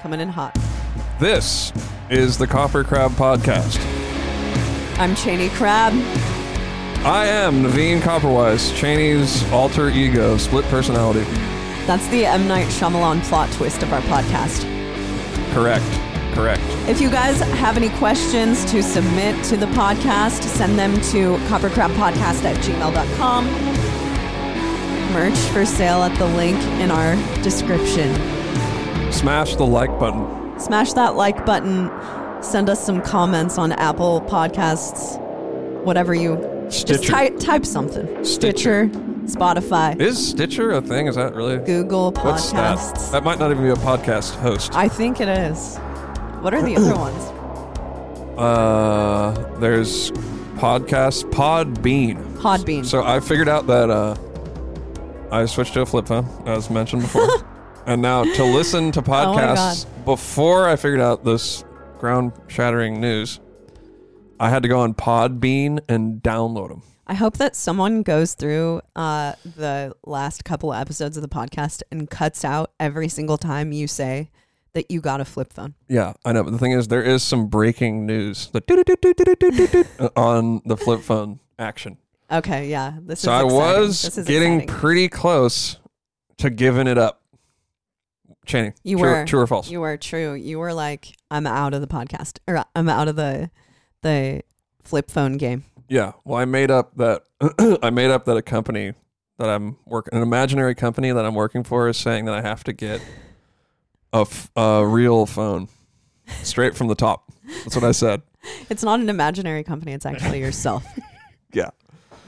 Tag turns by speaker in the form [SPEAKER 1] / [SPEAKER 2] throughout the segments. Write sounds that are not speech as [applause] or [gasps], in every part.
[SPEAKER 1] coming in hot.
[SPEAKER 2] This is the Copper Crab Podcast.
[SPEAKER 1] I'm Cheney Crab.
[SPEAKER 2] I am Naveen Copperwise, Cheney's alter ego, split personality.
[SPEAKER 1] That's the M. Night Shyamalan plot twist of our podcast.
[SPEAKER 2] Correct. Correct.
[SPEAKER 1] If you guys have any questions to submit to the podcast, send them to coppercrabpodcast at gmail.com. Merch for sale at the link in our description.
[SPEAKER 2] Smash the like button.
[SPEAKER 1] Smash that like button. Send us some comments on Apple Podcasts, whatever you just
[SPEAKER 2] Stitcher.
[SPEAKER 1] type, type something.
[SPEAKER 2] Stitcher.
[SPEAKER 1] Spotify,
[SPEAKER 2] Is Stitcher a thing? Is that really?
[SPEAKER 1] Google
[SPEAKER 2] What's that?
[SPEAKER 1] Podcasts.
[SPEAKER 2] That might not even be a podcast host.
[SPEAKER 1] I think it is. What are the
[SPEAKER 2] [coughs]
[SPEAKER 1] other ones?
[SPEAKER 2] Uh, there's podcast Podbean.
[SPEAKER 1] Podbean.
[SPEAKER 2] So I figured out that uh, I switched to a flip phone, as mentioned before, and now to listen to
[SPEAKER 1] my
[SPEAKER 2] podcasts before I figured out this ground-shattering news, I had to go on Podbean and download them.
[SPEAKER 1] I hope that someone goes through uh, the last couple of episodes of the podcast and cuts out every single time you say that you got a flip phone.
[SPEAKER 2] Yeah, I know. But the thing is, there is some breaking news the doo-doo-doo-doo-doo-doo-doo-doo, uh, on the flip phone action.
[SPEAKER 1] Okay, yeah. This
[SPEAKER 2] So
[SPEAKER 1] is
[SPEAKER 2] I
[SPEAKER 1] exciting.
[SPEAKER 2] was
[SPEAKER 1] This is
[SPEAKER 2] getting
[SPEAKER 1] exciting.
[SPEAKER 2] pretty close to giving it up. Channing,
[SPEAKER 1] You
[SPEAKER 2] true,
[SPEAKER 1] were.
[SPEAKER 2] true or false?
[SPEAKER 1] you were true. You were like, I'm out of the podcast, or I'm out of the the flip phone game.
[SPEAKER 2] yeah. Well, I made up that [clears throat] I made up that a company that I'm working, an imaginary company that I'm working for, is saying that I have to get a, f- a real phone straight from the top. That's what I said.
[SPEAKER 1] It's not an imaginary company. It's
[SPEAKER 2] [laughs]
[SPEAKER 1] actually yourself.
[SPEAKER 2] Yeah.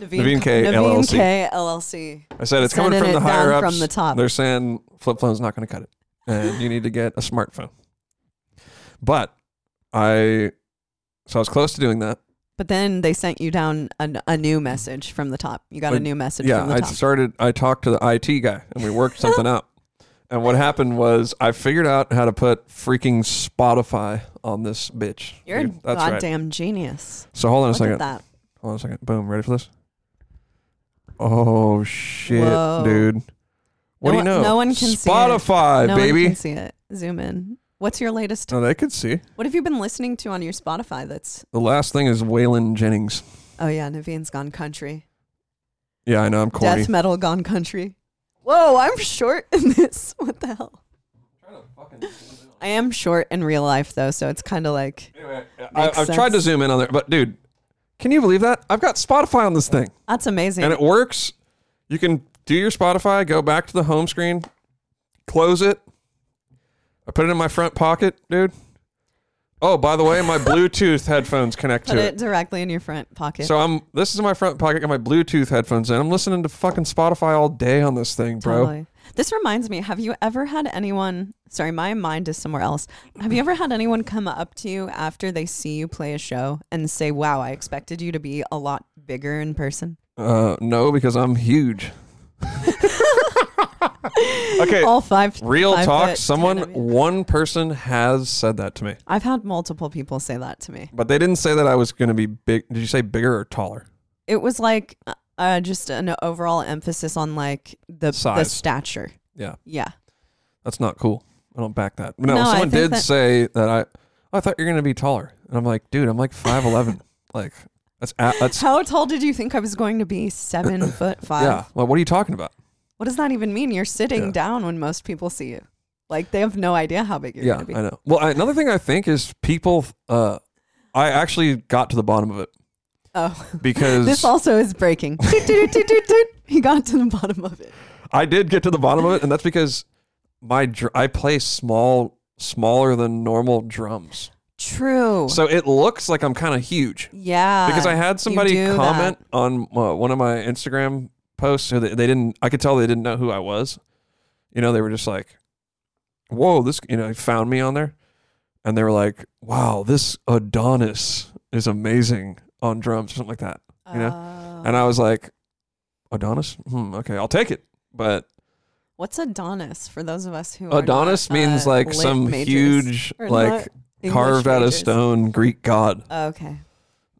[SPEAKER 1] Naveen,
[SPEAKER 2] Naveen K.
[SPEAKER 1] Naveen
[SPEAKER 2] LLC.
[SPEAKER 1] K. LLC.
[SPEAKER 2] I said it's coming
[SPEAKER 1] Sending
[SPEAKER 2] from
[SPEAKER 1] it
[SPEAKER 2] the higher
[SPEAKER 1] down
[SPEAKER 2] ups.
[SPEAKER 1] from the top.
[SPEAKER 2] They're saying flip phone's not going to cut it, and you need to get a smartphone. But I, so I was close to doing that.
[SPEAKER 1] But then they sent you down a, a new message from the top. You got a
[SPEAKER 2] Like,
[SPEAKER 1] new message
[SPEAKER 2] yeah,
[SPEAKER 1] from the
[SPEAKER 2] I
[SPEAKER 1] top.
[SPEAKER 2] started. I talked to the IT guy, and we worked something out. And what happened was, I figured out how to put freaking Spotify on this bitch.
[SPEAKER 1] You're
[SPEAKER 2] dude.
[SPEAKER 1] a
[SPEAKER 2] That's right.
[SPEAKER 1] goddamn genius.
[SPEAKER 2] So hold on a
[SPEAKER 1] Look at
[SPEAKER 2] second.
[SPEAKER 1] that.
[SPEAKER 2] Hold on a second. Boom. Ready for this? Oh shit,
[SPEAKER 1] Whoa.
[SPEAKER 2] dude. What
[SPEAKER 1] No
[SPEAKER 2] do you
[SPEAKER 1] one-
[SPEAKER 2] know?
[SPEAKER 1] no one can see it.
[SPEAKER 2] Spotify,
[SPEAKER 1] no
[SPEAKER 2] Uh, baby.
[SPEAKER 1] one can see it. Zoom in. What's your latest?
[SPEAKER 2] No, they could see.
[SPEAKER 1] What have you been listening to on your Spotify? That's
[SPEAKER 2] The last thing is Waylon Jennings.
[SPEAKER 1] oh yeah, Naveen's gone country.
[SPEAKER 2] Yeah, I know. I'm corny.
[SPEAKER 1] Death metal gone country. Whoa, I'm short in [laughs] this. What the hell? I am short in real life though, so it's kind of like
[SPEAKER 2] Anyway, I,
[SPEAKER 1] Makes
[SPEAKER 2] I've tried to
[SPEAKER 1] sense.
[SPEAKER 2] zoom in on there, but dude, can you believe that? I've got Spotify on this thing,
[SPEAKER 1] that's amazing.
[SPEAKER 2] and it works. You can do your Spotify, go back to the home screen, close it. I put it in my front pocket, dude. Oh, by the way, my
[SPEAKER 1] [laughs]
[SPEAKER 2] Bluetooth headphones connect
[SPEAKER 1] Put
[SPEAKER 2] to
[SPEAKER 1] it
[SPEAKER 2] it.
[SPEAKER 1] directly in your front pocket.
[SPEAKER 2] So I'm this is my front pocket, got my Bluetooth headphones in. I'm listening to fucking Spotify all day on this thing, bro.
[SPEAKER 1] Totally. This reminds me, have you ever had anyone, sorry, my mind is somewhere else. Have you ever had anyone come up to you after they see you play a show and say, wow, I expected you to be a lot bigger in person?
[SPEAKER 2] Uh, no, because
[SPEAKER 1] [laughs]
[SPEAKER 2] I'm huge. okay,
[SPEAKER 1] All five.
[SPEAKER 2] real
[SPEAKER 1] five
[SPEAKER 2] talk.
[SPEAKER 1] foot
[SPEAKER 2] someone,
[SPEAKER 1] ten of you.
[SPEAKER 2] one person has said that to me,
[SPEAKER 1] I've had multiple people say that to me.
[SPEAKER 2] but they didn't say that I was going to be big. Did you say bigger or taller?
[SPEAKER 1] It was like uh, uh, just an overall emphasis on like the, the
[SPEAKER 2] Size.
[SPEAKER 1] stature.
[SPEAKER 2] Yeah,
[SPEAKER 1] Yeah.
[SPEAKER 2] that's not cool. I don't back that. No,
[SPEAKER 1] No, I
[SPEAKER 2] someone
[SPEAKER 1] think
[SPEAKER 2] did
[SPEAKER 1] that-
[SPEAKER 2] say that I. I thought you're going to be taller, and I'm like, dude, I'm like
[SPEAKER 1] [laughs]
[SPEAKER 2] five eleven. like that's a, that's
[SPEAKER 1] How tall did you think I was going to be?
[SPEAKER 2] [coughs]
[SPEAKER 1] Seven foot five.
[SPEAKER 2] yeah. Well, what are you talking about?
[SPEAKER 1] What does that even mean? You're sitting
[SPEAKER 2] Yeah.
[SPEAKER 1] down when most people see you. Like they have no idea how big you're
[SPEAKER 2] yeah,
[SPEAKER 1] going to be.
[SPEAKER 2] I know. Well, I, another thing I think is people. Uh, I actually got to the bottom of it
[SPEAKER 1] [laughs] Oh.
[SPEAKER 2] because
[SPEAKER 1] This also is
[SPEAKER 2] [laughs]
[SPEAKER 1] breaking. Toot, toot, toot, toot, toot. he got to the bottom of it.
[SPEAKER 2] I did get to the bottom of it, and that's because my dr- I play small, smaller than normal drums,
[SPEAKER 1] True.
[SPEAKER 2] so it looks like I'm kind of huge.
[SPEAKER 1] yeah.
[SPEAKER 2] Because I had
[SPEAKER 1] Uh, you
[SPEAKER 2] somebody
[SPEAKER 1] do
[SPEAKER 2] comment on uh, one of my Instagram posts, so they, they didn't. I could tell they didn't know who I was. You know, they were just like, "Whoa, this!" You know, found me on there, and they were like, "Wow, this Adonis is amazing on drums," or something like that.
[SPEAKER 1] that.
[SPEAKER 2] you know?
[SPEAKER 1] Oh.
[SPEAKER 2] And I was like, "Adonis? Hmm, okay, I'll take it." But
[SPEAKER 1] What's Adonis for those of us who are
[SPEAKER 2] Adonis
[SPEAKER 1] not,
[SPEAKER 2] means
[SPEAKER 1] uh,
[SPEAKER 2] like
[SPEAKER 1] lit
[SPEAKER 2] some
[SPEAKER 1] majors
[SPEAKER 2] huge,
[SPEAKER 1] or not
[SPEAKER 2] like
[SPEAKER 1] English
[SPEAKER 2] carved out of
[SPEAKER 1] majors?
[SPEAKER 2] stone Greek god.
[SPEAKER 1] Okay.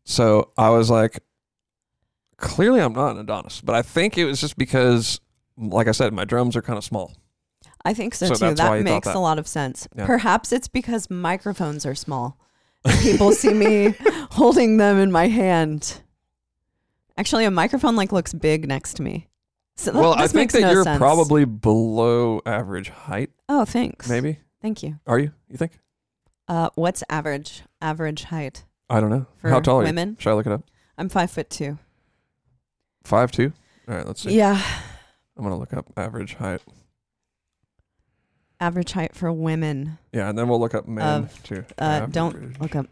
[SPEAKER 2] So I was like, clearly I'm not an Adonis, but I think it was just because, like I said, my drums are kind of small.
[SPEAKER 1] I think so,
[SPEAKER 2] So
[SPEAKER 1] too.
[SPEAKER 2] that's why
[SPEAKER 1] That
[SPEAKER 2] you thought
[SPEAKER 1] makes
[SPEAKER 2] that.
[SPEAKER 1] a lot of sense.
[SPEAKER 2] Yeah.
[SPEAKER 1] Perhaps it's because microphones are
[SPEAKER 2] [laughs]
[SPEAKER 1] small. People see me holding them in my hand. Actually, a microphone like looks big next to me. So that,
[SPEAKER 2] well, I
[SPEAKER 1] this
[SPEAKER 2] think
[SPEAKER 1] makes
[SPEAKER 2] that
[SPEAKER 1] no
[SPEAKER 2] you're
[SPEAKER 1] sense.
[SPEAKER 2] probably below average height.
[SPEAKER 1] Oh, thanks.
[SPEAKER 2] Maybe
[SPEAKER 1] Thank you.
[SPEAKER 2] are you? You think?
[SPEAKER 1] Uh, what's average? Average height
[SPEAKER 2] I don't know.
[SPEAKER 1] for
[SPEAKER 2] How tall are you?
[SPEAKER 1] women?
[SPEAKER 2] Should I look it up?
[SPEAKER 1] I'm five foot two.
[SPEAKER 2] Five two. All right, let's see.
[SPEAKER 1] Yeah,
[SPEAKER 2] I'm gonna look up average height.
[SPEAKER 1] average height for women.
[SPEAKER 2] Yeah, and then we'll look up man
[SPEAKER 1] Of,
[SPEAKER 2] too.
[SPEAKER 1] Uh, don't
[SPEAKER 2] Average
[SPEAKER 1] look up.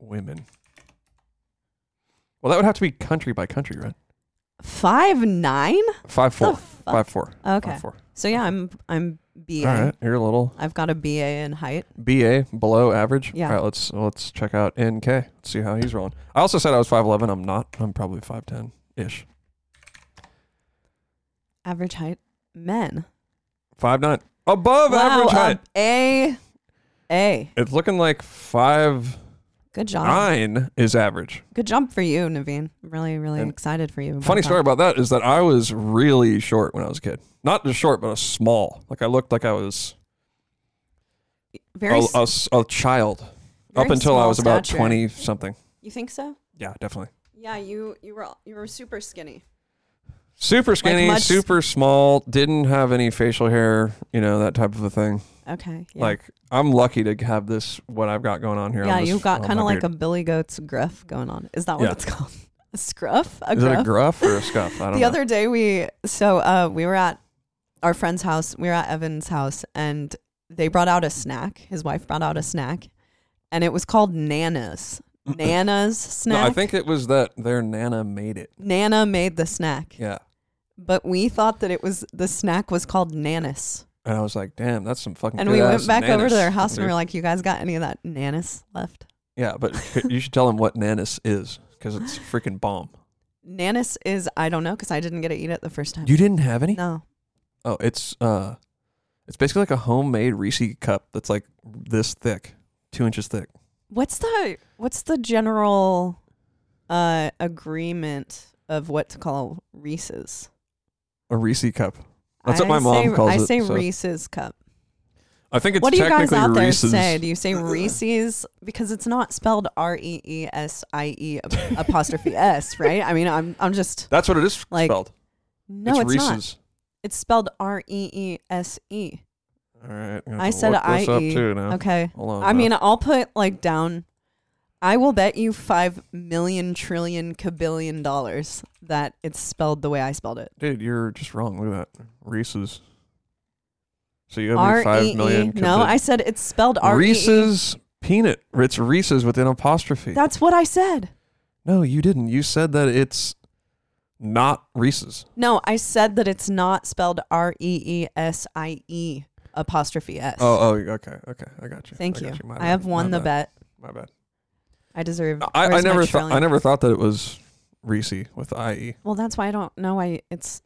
[SPEAKER 2] women. Well, that would have to be country by country, right?
[SPEAKER 1] Five nine.
[SPEAKER 2] Five four.
[SPEAKER 1] The fuck?
[SPEAKER 2] Five four.
[SPEAKER 1] Okay.
[SPEAKER 2] Five, four.
[SPEAKER 1] So yeah, I'm I'm BA.
[SPEAKER 2] All right, you're a little
[SPEAKER 1] I've got a BA in height.
[SPEAKER 2] BA below average.
[SPEAKER 1] Yeah.
[SPEAKER 2] All right, let's let's check out NK. Let's see how he's rolling. I also said I was five eleven. I'm not. I'm probably five ten ish.
[SPEAKER 1] Average height men.
[SPEAKER 2] Five nine. Above average
[SPEAKER 1] a
[SPEAKER 2] height.
[SPEAKER 1] A A.
[SPEAKER 2] It's looking like five
[SPEAKER 1] Good job.
[SPEAKER 2] nine is average.
[SPEAKER 1] Good job for you, Naveen. I'm really, really
[SPEAKER 2] And-
[SPEAKER 1] excited for you. about
[SPEAKER 2] Funny
[SPEAKER 1] that.
[SPEAKER 2] story about that is that I was really short when I was a kid. Not just short, but I was small. Like I looked like I was a,
[SPEAKER 1] Very s-
[SPEAKER 2] a s- a child
[SPEAKER 1] very
[SPEAKER 2] up until I
[SPEAKER 1] small
[SPEAKER 2] was about
[SPEAKER 1] stature.
[SPEAKER 2] twenty something.
[SPEAKER 1] You think so?
[SPEAKER 2] Yeah, definitely.
[SPEAKER 1] Yeah, you you were you were super skinny.
[SPEAKER 2] Super skinny,
[SPEAKER 1] much-
[SPEAKER 2] super small. Didn't have any facial hair. You know that type of a thing.
[SPEAKER 1] Okay. Yeah.
[SPEAKER 2] Like I'm lucky to have this what I've got going on here.
[SPEAKER 1] yeah, you've got kind of like a Billy Goat's gruff going on. Is that what
[SPEAKER 2] Yeah.
[SPEAKER 1] it's [laughs] called? A scruff? A
[SPEAKER 2] Is
[SPEAKER 1] gruff?
[SPEAKER 2] it a gruff or a scuff? I don't
[SPEAKER 1] [laughs] the
[SPEAKER 2] [laughs] know.
[SPEAKER 1] other day we so uh we were at our friend's house we were at evan's house and they brought out a snack his wife brought out a snack and it was called
[SPEAKER 2] [clears throat]
[SPEAKER 1] nana's nana's
[SPEAKER 2] No,
[SPEAKER 1] snack
[SPEAKER 2] I think it was that their nana made it.
[SPEAKER 1] nana made the snack
[SPEAKER 2] Yeah,
[SPEAKER 1] but we thought that it was the snack was called nanas
[SPEAKER 2] and I was like, damn, that's some fucking.
[SPEAKER 1] and we went
[SPEAKER 2] good-ass
[SPEAKER 1] back over to their
[SPEAKER 2] nanas,
[SPEAKER 1] house and we
[SPEAKER 2] dude.
[SPEAKER 1] were like you guys got any of that nanas left
[SPEAKER 2] yeah, but c- you should tell
[SPEAKER 1] [laughs]
[SPEAKER 2] them what nanas is because it's freaking bomb.
[SPEAKER 1] nanas is i don't know because i didn't get to eat it the first time
[SPEAKER 2] You didn't have any?
[SPEAKER 1] no
[SPEAKER 2] Oh, it's uh, it's basically like a homemade Reese cup that's like this thick, two inches thick.
[SPEAKER 1] What's the what's the general uh agreement of what to call Reese's?
[SPEAKER 2] A Reese cup. That's what my
[SPEAKER 1] I
[SPEAKER 2] mom
[SPEAKER 1] say,
[SPEAKER 2] calls
[SPEAKER 1] I
[SPEAKER 2] it,
[SPEAKER 1] say
[SPEAKER 2] so-
[SPEAKER 1] Reese's cup.
[SPEAKER 2] I think it's
[SPEAKER 1] what do you guys
[SPEAKER 2] technically
[SPEAKER 1] out there
[SPEAKER 2] Reese's.
[SPEAKER 1] say? Do you say Reese's because it's not spelled R E E S I E
[SPEAKER 2] [laughs]
[SPEAKER 1] ap- apostrophe [laughs] S, right? I mean, I'm I'm just
[SPEAKER 2] That's what it is
[SPEAKER 1] Like,
[SPEAKER 2] spelled.
[SPEAKER 1] no,
[SPEAKER 2] it's
[SPEAKER 1] it's, not.
[SPEAKER 2] Reese's.
[SPEAKER 1] It's spelled R E E S E.
[SPEAKER 2] All right, I'm gonna
[SPEAKER 1] I
[SPEAKER 2] have to
[SPEAKER 1] said
[SPEAKER 2] look this up
[SPEAKER 1] IE.
[SPEAKER 2] too now.
[SPEAKER 1] Okay.
[SPEAKER 2] Hold on.
[SPEAKER 1] I
[SPEAKER 2] now.
[SPEAKER 1] mean, I'll put like down. I will bet you five million trillion kabillion dollars that it's spelled the way I spelled it.
[SPEAKER 2] Dude, you're just wrong. Look at that. Reese's. So you owe me
[SPEAKER 1] R
[SPEAKER 2] five
[SPEAKER 1] E E.
[SPEAKER 2] million.
[SPEAKER 1] No, I said it's spelled R E E.
[SPEAKER 2] Reese's peanut. It's Reese's with an apostrophe.
[SPEAKER 1] That's what I said.
[SPEAKER 2] no, you didn't. You said that it's not Reese's.
[SPEAKER 1] No, I said that it's not spelled R E E S I E apostrophe S. [laughs]
[SPEAKER 2] Oh, oh, okay, okay. I got you.
[SPEAKER 1] Thank
[SPEAKER 2] I
[SPEAKER 1] you.
[SPEAKER 2] got My
[SPEAKER 1] I
[SPEAKER 2] bad,
[SPEAKER 1] have won
[SPEAKER 2] my
[SPEAKER 1] the
[SPEAKER 2] bad,
[SPEAKER 1] bet.
[SPEAKER 2] My bad.
[SPEAKER 1] I deserve.
[SPEAKER 2] I, I
[SPEAKER 1] where's my
[SPEAKER 2] never thought I
[SPEAKER 1] trillion?
[SPEAKER 2] never thought that it was Reese with E. IE.
[SPEAKER 1] Well, that's why I don't know why it's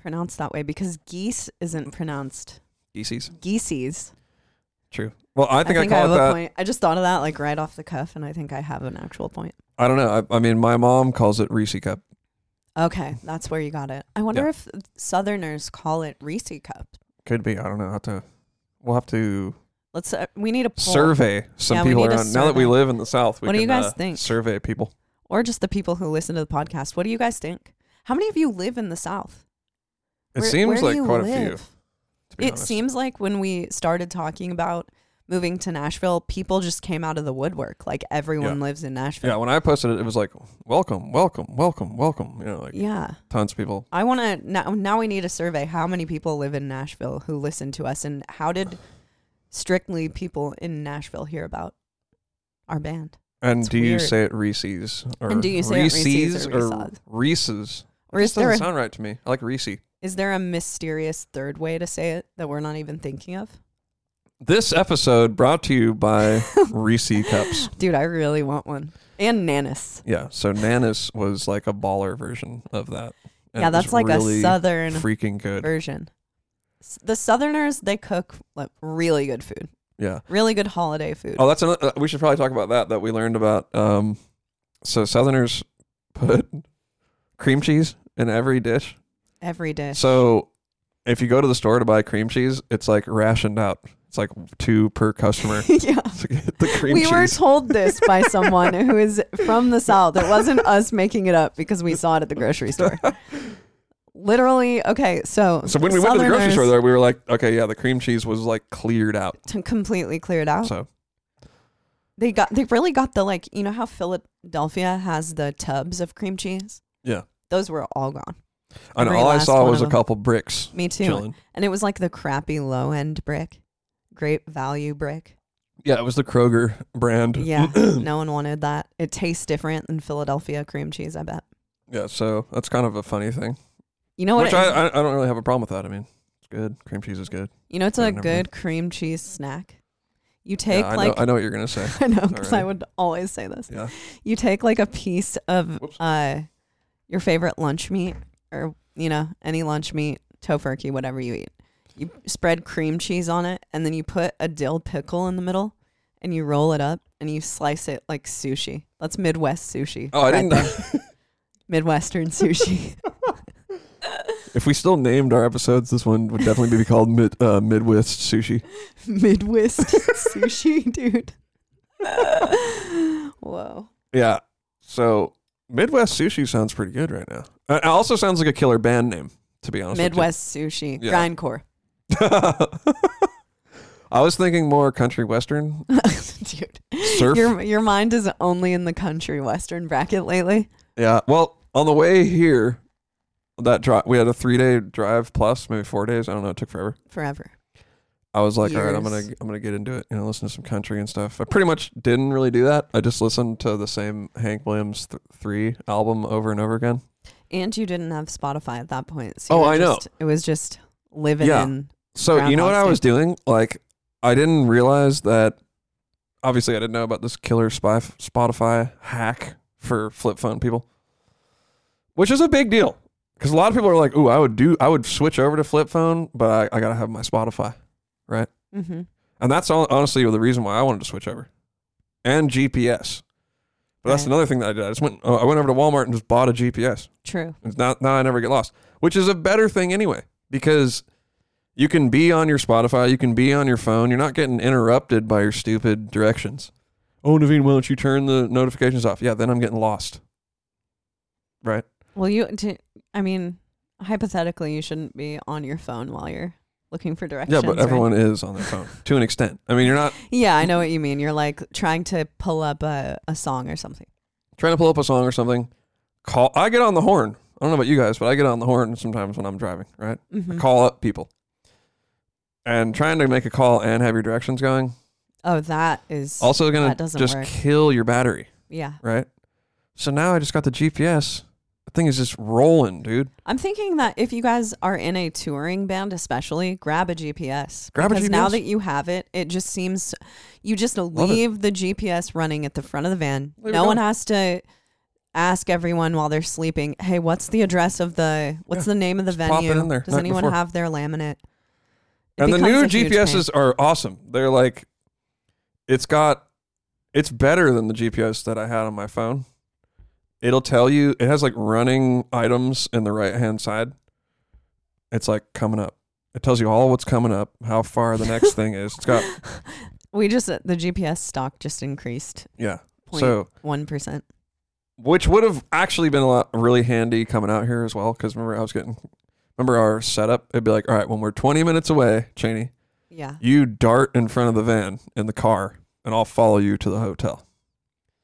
[SPEAKER 1] pronounced that way because geese isn't pronounced
[SPEAKER 2] Reese's.
[SPEAKER 1] geesees.
[SPEAKER 2] True. Well, I think I, call
[SPEAKER 1] have
[SPEAKER 2] it
[SPEAKER 1] a
[SPEAKER 2] that.
[SPEAKER 1] point. I just thought of that like right off the cuff, and I think I have an actual point.
[SPEAKER 2] I don't know. I, I mean, my mom calls it Reese cup.
[SPEAKER 1] Okay, that's where you got it. I wonder
[SPEAKER 2] Yeah.
[SPEAKER 1] if Southerners call it Reese cup.
[SPEAKER 2] Could be. I don't know. How to. We'll have to
[SPEAKER 1] Let's. Uh, we need a poll,
[SPEAKER 2] survey some
[SPEAKER 1] Yeah, we
[SPEAKER 2] people
[SPEAKER 1] need a
[SPEAKER 2] around. Now that we
[SPEAKER 1] survey.
[SPEAKER 2] live in the South, we
[SPEAKER 1] What do
[SPEAKER 2] can
[SPEAKER 1] you guys
[SPEAKER 2] uh,
[SPEAKER 1] think?
[SPEAKER 2] survey people.
[SPEAKER 1] or just the people who listen to the podcast. What do you guys think? How many of you live in the South?
[SPEAKER 2] It
[SPEAKER 1] Where-
[SPEAKER 2] seems
[SPEAKER 1] where do
[SPEAKER 2] like
[SPEAKER 1] you
[SPEAKER 2] quite a few.
[SPEAKER 1] live?
[SPEAKER 2] To be
[SPEAKER 1] it
[SPEAKER 2] honest.
[SPEAKER 1] seems like when we started talking about moving to Nashville, people just came out of the woodwork. Like everyone lives in Nashville.
[SPEAKER 2] Yeah, when I posted it, it was like welcome, welcome, welcome, welcome. You know, like
[SPEAKER 1] yeah.
[SPEAKER 2] tons of people.
[SPEAKER 1] I want to now. Now we need a survey. How many people live in Nashville who listen to us, and how did strictly people in Nashville hear about our band?
[SPEAKER 2] And
[SPEAKER 1] It's
[SPEAKER 2] do you
[SPEAKER 1] weird.
[SPEAKER 2] say it Reese's or
[SPEAKER 1] And do you say it
[SPEAKER 2] Reese's,
[SPEAKER 1] Reese's or
[SPEAKER 2] or Reese's?
[SPEAKER 1] Or is
[SPEAKER 2] This doesn't
[SPEAKER 1] there a,
[SPEAKER 2] sound right to me. I like Reese.
[SPEAKER 1] is there a mysterious third way to say it that we're not even thinking of?
[SPEAKER 2] This episode brought to
[SPEAKER 1] [laughs]
[SPEAKER 2] you by Reese cups.
[SPEAKER 1] Dude, I really want one. And Nanus.
[SPEAKER 2] Yeah, so Nanus was like a baller version of that.
[SPEAKER 1] yeah,
[SPEAKER 2] and it was
[SPEAKER 1] that's like
[SPEAKER 2] really
[SPEAKER 1] a southern
[SPEAKER 2] freaking good.
[SPEAKER 1] version. S- The Southerners they cook like really good food,
[SPEAKER 2] Yeah.
[SPEAKER 1] really good holiday food.
[SPEAKER 2] Oh, that's another. uh, We should probably talk about that. That we learned about. Um, [laughs] so Southerners put cream cheese in every dish,
[SPEAKER 1] every dish.
[SPEAKER 2] So if you go to the store to buy cream cheese, it's like rationed out. It's like two
[SPEAKER 1] [laughs]
[SPEAKER 2] per customer.
[SPEAKER 1] [laughs] yeah.
[SPEAKER 2] So get the cream
[SPEAKER 1] we
[SPEAKER 2] cheese.
[SPEAKER 1] were told this by
[SPEAKER 2] [laughs]
[SPEAKER 1] someone who is from the South. It wasn't us making it up because we saw it at the grocery
[SPEAKER 2] [laughs]
[SPEAKER 1] store. Literally, okay, so
[SPEAKER 2] so when we went to the grocery
[SPEAKER 1] Southerners
[SPEAKER 2] store, though, we were like, okay, yeah, the cream cheese was like cleared out.
[SPEAKER 1] t- completely cleared out.
[SPEAKER 2] So
[SPEAKER 1] They got they really got the like you know how Philadelphia has the tubs of cream cheese?
[SPEAKER 2] Yeah.
[SPEAKER 1] Those were all gone.
[SPEAKER 2] and
[SPEAKER 1] Every
[SPEAKER 2] all I
[SPEAKER 1] last
[SPEAKER 2] saw
[SPEAKER 1] one
[SPEAKER 2] was
[SPEAKER 1] of
[SPEAKER 2] a
[SPEAKER 1] them.
[SPEAKER 2] couple bricks
[SPEAKER 1] Me too.
[SPEAKER 2] chilling.
[SPEAKER 1] And it was like the crappy low end brick. Great value
[SPEAKER 2] [clears throat]
[SPEAKER 1] brick.
[SPEAKER 2] Yeah, it was the Kroger brand.
[SPEAKER 1] Yeah. no one wanted that. It tastes different than Philadelphia cream cheese, I bet.
[SPEAKER 2] Yeah, so that's kind of a funny thing.
[SPEAKER 1] You know what?
[SPEAKER 2] Which
[SPEAKER 1] it
[SPEAKER 2] I,
[SPEAKER 1] is-
[SPEAKER 2] I, I don't really have a problem with that. I mean, it's good. Cream cheese is good.
[SPEAKER 1] you know it's
[SPEAKER 2] I
[SPEAKER 1] a
[SPEAKER 2] never
[SPEAKER 1] good cream cheese snack. You
[SPEAKER 2] Yeah,
[SPEAKER 1] take
[SPEAKER 2] I,
[SPEAKER 1] like
[SPEAKER 2] know, I know what you're going to say.
[SPEAKER 1] [laughs] I know because I
[SPEAKER 2] Alrighty.
[SPEAKER 1] would always say this.
[SPEAKER 2] Yeah.
[SPEAKER 1] You take like a piece of
[SPEAKER 2] Whoops.
[SPEAKER 1] uh, your favorite lunch meat, or you know any lunch meat, tofurkey, whatever you eat. You spread cream cheese on it, and then you put a dill pickle in the middle, and you roll it up, and you slice it like sushi. That's Midwest sushi.
[SPEAKER 2] Oh, I
[SPEAKER 1] right
[SPEAKER 2] didn't
[SPEAKER 1] there. [laughs]
[SPEAKER 2] know.
[SPEAKER 1] Midwestern
[SPEAKER 2] [laughs]
[SPEAKER 1] sushi.
[SPEAKER 2] If we still named our episodes, this one would definitely be called Mid, uh, Midwest Sushi. [laughs]
[SPEAKER 1] Midwest sushi, dude. Whoa.
[SPEAKER 2] Yeah. So Midwest Sushi sounds pretty good right now. Uh, It also sounds like a killer band name, to be honest. with you.
[SPEAKER 1] Midwest sushi.
[SPEAKER 2] Yeah.
[SPEAKER 1] Grindcore. [laughs]
[SPEAKER 2] [laughs] I was thinking more country western
[SPEAKER 1] dude.
[SPEAKER 2] surf.
[SPEAKER 1] Your your mind is only in the country western bracket lately.
[SPEAKER 2] yeah. Well, on the way here, that drive we had a three day drive plus maybe four days. I don't know. It took forever.
[SPEAKER 1] Forever.
[SPEAKER 2] I was like, all right, I'm gonna
[SPEAKER 1] Years.
[SPEAKER 2] I'm gonna get into it. You know, listen to some country and stuff. I pretty much didn't really do that. I just listened to the same Hank Williams th- three album over and over again.
[SPEAKER 1] And you didn't have Spotify at that point. So you
[SPEAKER 2] Oh,
[SPEAKER 1] were
[SPEAKER 2] I know.
[SPEAKER 1] just- It was just living
[SPEAKER 2] Yeah.
[SPEAKER 1] in.
[SPEAKER 2] So you know what I
[SPEAKER 1] Groundhog
[SPEAKER 2] was doing? Like, I didn't realize that. Obviously, I didn't know about this killer spy Spotify hack for flip phone people, which is a big deal because a lot of people are like, "Ooh, I would do, I would switch over to flip phone, but I, I gotta have my Spotify."
[SPEAKER 1] Mm-hmm.
[SPEAKER 2] And that's hon- honestly the reason why I wanted to switch over, and GPS. But that's
[SPEAKER 1] Right.
[SPEAKER 2] another thing that I did. I just went, uh, I went over to Walmart and just bought a GPS.
[SPEAKER 1] True.
[SPEAKER 2] It's not now I never get lost, which is a better thing anyway because you can be on your Spotify, you can be on your phone. You're not getting interrupted by your stupid directions. Oh, Naveen, why don't you turn the notifications off? Yeah, then I'm getting lost. Right?
[SPEAKER 1] Well, you. d I I mean, hypothetically, you shouldn't be on your phone while you're looking for directions.
[SPEAKER 2] Yeah, but
[SPEAKER 1] right?
[SPEAKER 2] everyone is on their phone to an extent. I mean, you're not
[SPEAKER 1] Yeah, I know what you mean. You're like trying to pull up a, a song or something.
[SPEAKER 2] trying to pull up a song or something. Call. I get on the horn. I don't know about you guys, but I get on the horn sometimes when I'm driving. Right?
[SPEAKER 1] Mhm.
[SPEAKER 2] I call up people. And trying to make a call and have your directions going
[SPEAKER 1] Oh, that is.
[SPEAKER 2] also gonna
[SPEAKER 1] That doesn't
[SPEAKER 2] just
[SPEAKER 1] work.
[SPEAKER 2] kill your battery,
[SPEAKER 1] yeah.
[SPEAKER 2] right? So now I just got the GPS. The thing is just rolling, dude.
[SPEAKER 1] I'm thinking that if you guys are in a touring band, especially, grab a GPS.
[SPEAKER 2] Grab a
[SPEAKER 1] because now
[SPEAKER 2] GPS.
[SPEAKER 1] that you have it, it just seems you just
[SPEAKER 2] it.
[SPEAKER 1] leave the GPS running at the front of the van.
[SPEAKER 2] Leave it
[SPEAKER 1] no one
[SPEAKER 2] going.
[SPEAKER 1] has to ask everyone while they're sleeping, "Hey, what's the address of the what's the name of the
[SPEAKER 2] just pop it
[SPEAKER 1] venue?
[SPEAKER 2] in there
[SPEAKER 1] Does
[SPEAKER 2] night
[SPEAKER 1] anyone
[SPEAKER 2] before."
[SPEAKER 1] have their laminate?" It
[SPEAKER 2] and the
[SPEAKER 1] becomes
[SPEAKER 2] new
[SPEAKER 1] a huge
[SPEAKER 2] GPSs are awesome. They're like, it's got, it's better than the GPS that I had on my phone. It'll tell you. It has like running items in the right hand side. It's like coming up. It tells you all what's coming up, how far
[SPEAKER 1] [laughs]
[SPEAKER 2] the next thing is. It's got
[SPEAKER 1] pain. we just the GPS stock just increased
[SPEAKER 2] yeah.
[SPEAKER 1] point
[SPEAKER 2] So
[SPEAKER 1] one percent.
[SPEAKER 2] which would have actually been a lot really handy coming out here as well. Because remember, I was getting remember our setup. It'd be like, all right, when we're 20 minutes away, Cheney,
[SPEAKER 1] Yeah,
[SPEAKER 2] you dart in front of the van in the car, and I'll follow you to the hotel.